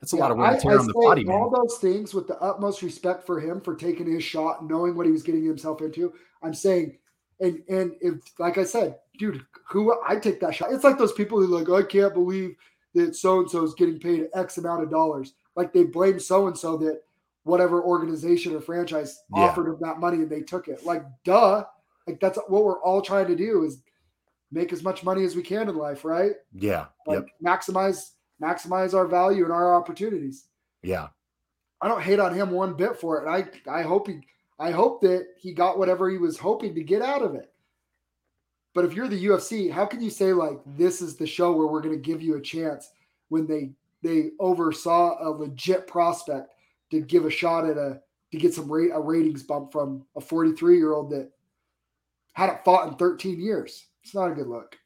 [SPEAKER 1] That's a
[SPEAKER 2] Yeah,
[SPEAKER 1] lot of wear
[SPEAKER 2] I-
[SPEAKER 1] and
[SPEAKER 2] I
[SPEAKER 1] tear on the
[SPEAKER 2] say
[SPEAKER 1] body,
[SPEAKER 2] All
[SPEAKER 1] man.
[SPEAKER 2] those things with the utmost respect for him for taking his shot, knowing what he was getting himself into. I'm saying, and and if like I said, dude, who I take that shot. It's like those people who like, I can't believe that so and so is getting paid X amount of dollars. Like they blame so and so that whatever organization or franchise
[SPEAKER 1] Yeah.
[SPEAKER 2] offered him that money and they took it. Like, duh. Like that's what we're all trying to do is make as much money as we can in life, right?
[SPEAKER 1] Yeah,
[SPEAKER 2] Like
[SPEAKER 1] yep,
[SPEAKER 2] maximize maximize our value and our opportunities.
[SPEAKER 1] yeah,
[SPEAKER 2] I don't hate on him one bit for it. And I I hope he I hope that he got whatever he was hoping to get out of it. But if you're the UFC, how can you say like this is the show where we're going to give you a chance when they they oversaw a legit prospect to give a shot at a to get some rate a ratings bump from a 43 year old that hadn't fought in 13 years. It's not a good look.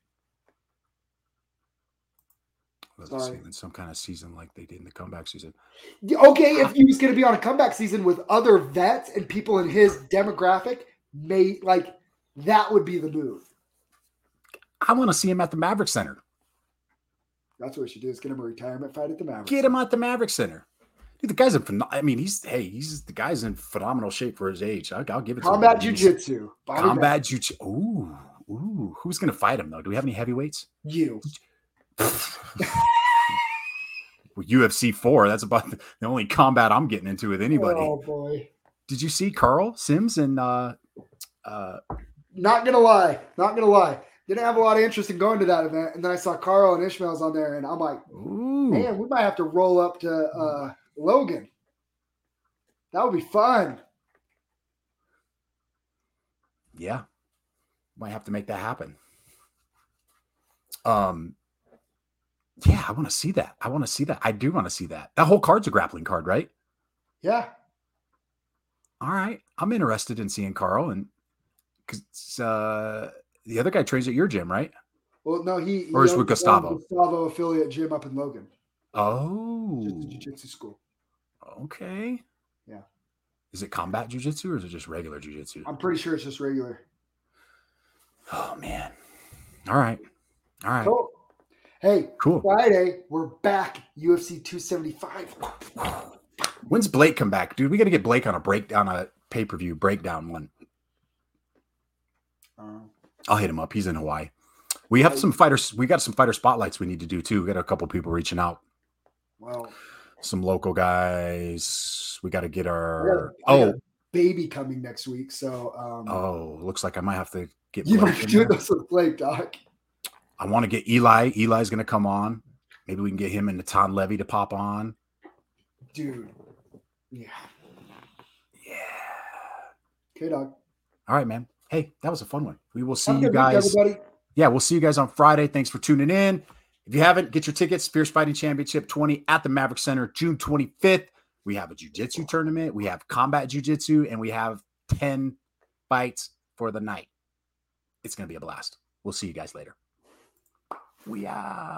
[SPEAKER 1] Let's
[SPEAKER 2] sorry.
[SPEAKER 1] see, in some kind of season like they did in the comeback season.
[SPEAKER 2] Yeah, Okay, if he was going to be on a comeback season with other vets and people in his demographic, may like that would be the move.
[SPEAKER 1] I want to see him at the Maverick Center.
[SPEAKER 2] That's what we should do. Is get him a retirement fight at the Mavericks.
[SPEAKER 1] Get him at the Maverick Center. Dude, the guy's in. Phenom- I mean, he's hey, he's the guy's in phenomenal shape for his age. I'll, I'll give it
[SPEAKER 2] combat
[SPEAKER 1] to him. He's-
[SPEAKER 2] jujitsu. Bobby
[SPEAKER 1] Combat jujitsu. Ooh, ooh. Who's gonna fight him though? Do we have any heavyweights?
[SPEAKER 2] Mack, You.
[SPEAKER 1] Well, UFC four. That's about the the only combat I'm getting into with anybody.
[SPEAKER 2] Oh boy.
[SPEAKER 1] Did you see Carl Sims and uh, uh,
[SPEAKER 2] Not gonna lie. Not gonna lie. Didn't have a lot of interest in going to that event, and then I saw Carl and Ishmael's on there, and I'm like,
[SPEAKER 1] ooh,
[SPEAKER 2] man, we might have to roll up to uh, Logan. That would be fun.
[SPEAKER 1] yeah, might have to make that happen. Um, yeah, I want to see that. I want to see that. I do want to see that. That whole card's a grappling card, right?
[SPEAKER 2] Yeah.
[SPEAKER 1] All right, I'm interested in seeing Carl and because uh, the other guy trains at your gym, right?
[SPEAKER 2] Well, no, he he
[SPEAKER 1] Or is it
[SPEAKER 2] owns
[SPEAKER 1] with
[SPEAKER 2] his own
[SPEAKER 1] Gustavo?
[SPEAKER 2] Gustavo affiliate gym up in Logan. Just a
[SPEAKER 1] Oh,
[SPEAKER 2] jiu-jitsu school.
[SPEAKER 1] okay.
[SPEAKER 2] Yeah. Um,
[SPEAKER 1] Is it combat jujitsu or is it just regular jujitsu?
[SPEAKER 2] I'm pretty sure it's just regular.
[SPEAKER 1] Oh man. All right. All right.
[SPEAKER 2] Cool. Hey,
[SPEAKER 1] Cool.
[SPEAKER 2] Friday, we're back. UFC 275.
[SPEAKER 1] When's Blake come back, dude? We got to get Blake on a breakdown, a pay per view breakdown one.
[SPEAKER 2] Um,
[SPEAKER 1] I'll hit him up. He's in Hawaii. We have some fighters. We got some fighter spotlights we need to do too. We got a couple people reaching out.
[SPEAKER 2] well,
[SPEAKER 1] Some local guys. We got to get our.
[SPEAKER 2] I got
[SPEAKER 1] Oh,
[SPEAKER 2] a baby coming next week. So um,
[SPEAKER 1] oh. Looks like I might have to get.
[SPEAKER 2] you
[SPEAKER 1] Blake
[SPEAKER 2] might
[SPEAKER 1] in
[SPEAKER 2] do
[SPEAKER 1] there.
[SPEAKER 2] this with Blake, Doc.
[SPEAKER 1] I want to get Eli. Eli's going to come on. Maybe we can get him and Natan Levy to pop on.
[SPEAKER 2] Dude. Yeah.
[SPEAKER 1] Yeah.
[SPEAKER 2] Okay, Doc.
[SPEAKER 1] All right, man. Hey, that was a fun one. We will see
[SPEAKER 2] Have a
[SPEAKER 1] you
[SPEAKER 2] good week,
[SPEAKER 1] guys.
[SPEAKER 2] everybody.
[SPEAKER 1] yeah, we'll see you guys on Friday. Thanks for tuning in. If you haven't, get your tickets. Fierce Fighting Championship 20 at the Maverick Center, June 25th. We have a jiu-jitsu tournament. We have combat jiu-jitsu, and we have 10 fights for the night. It's going to be a blast. We'll see you guys later. We out.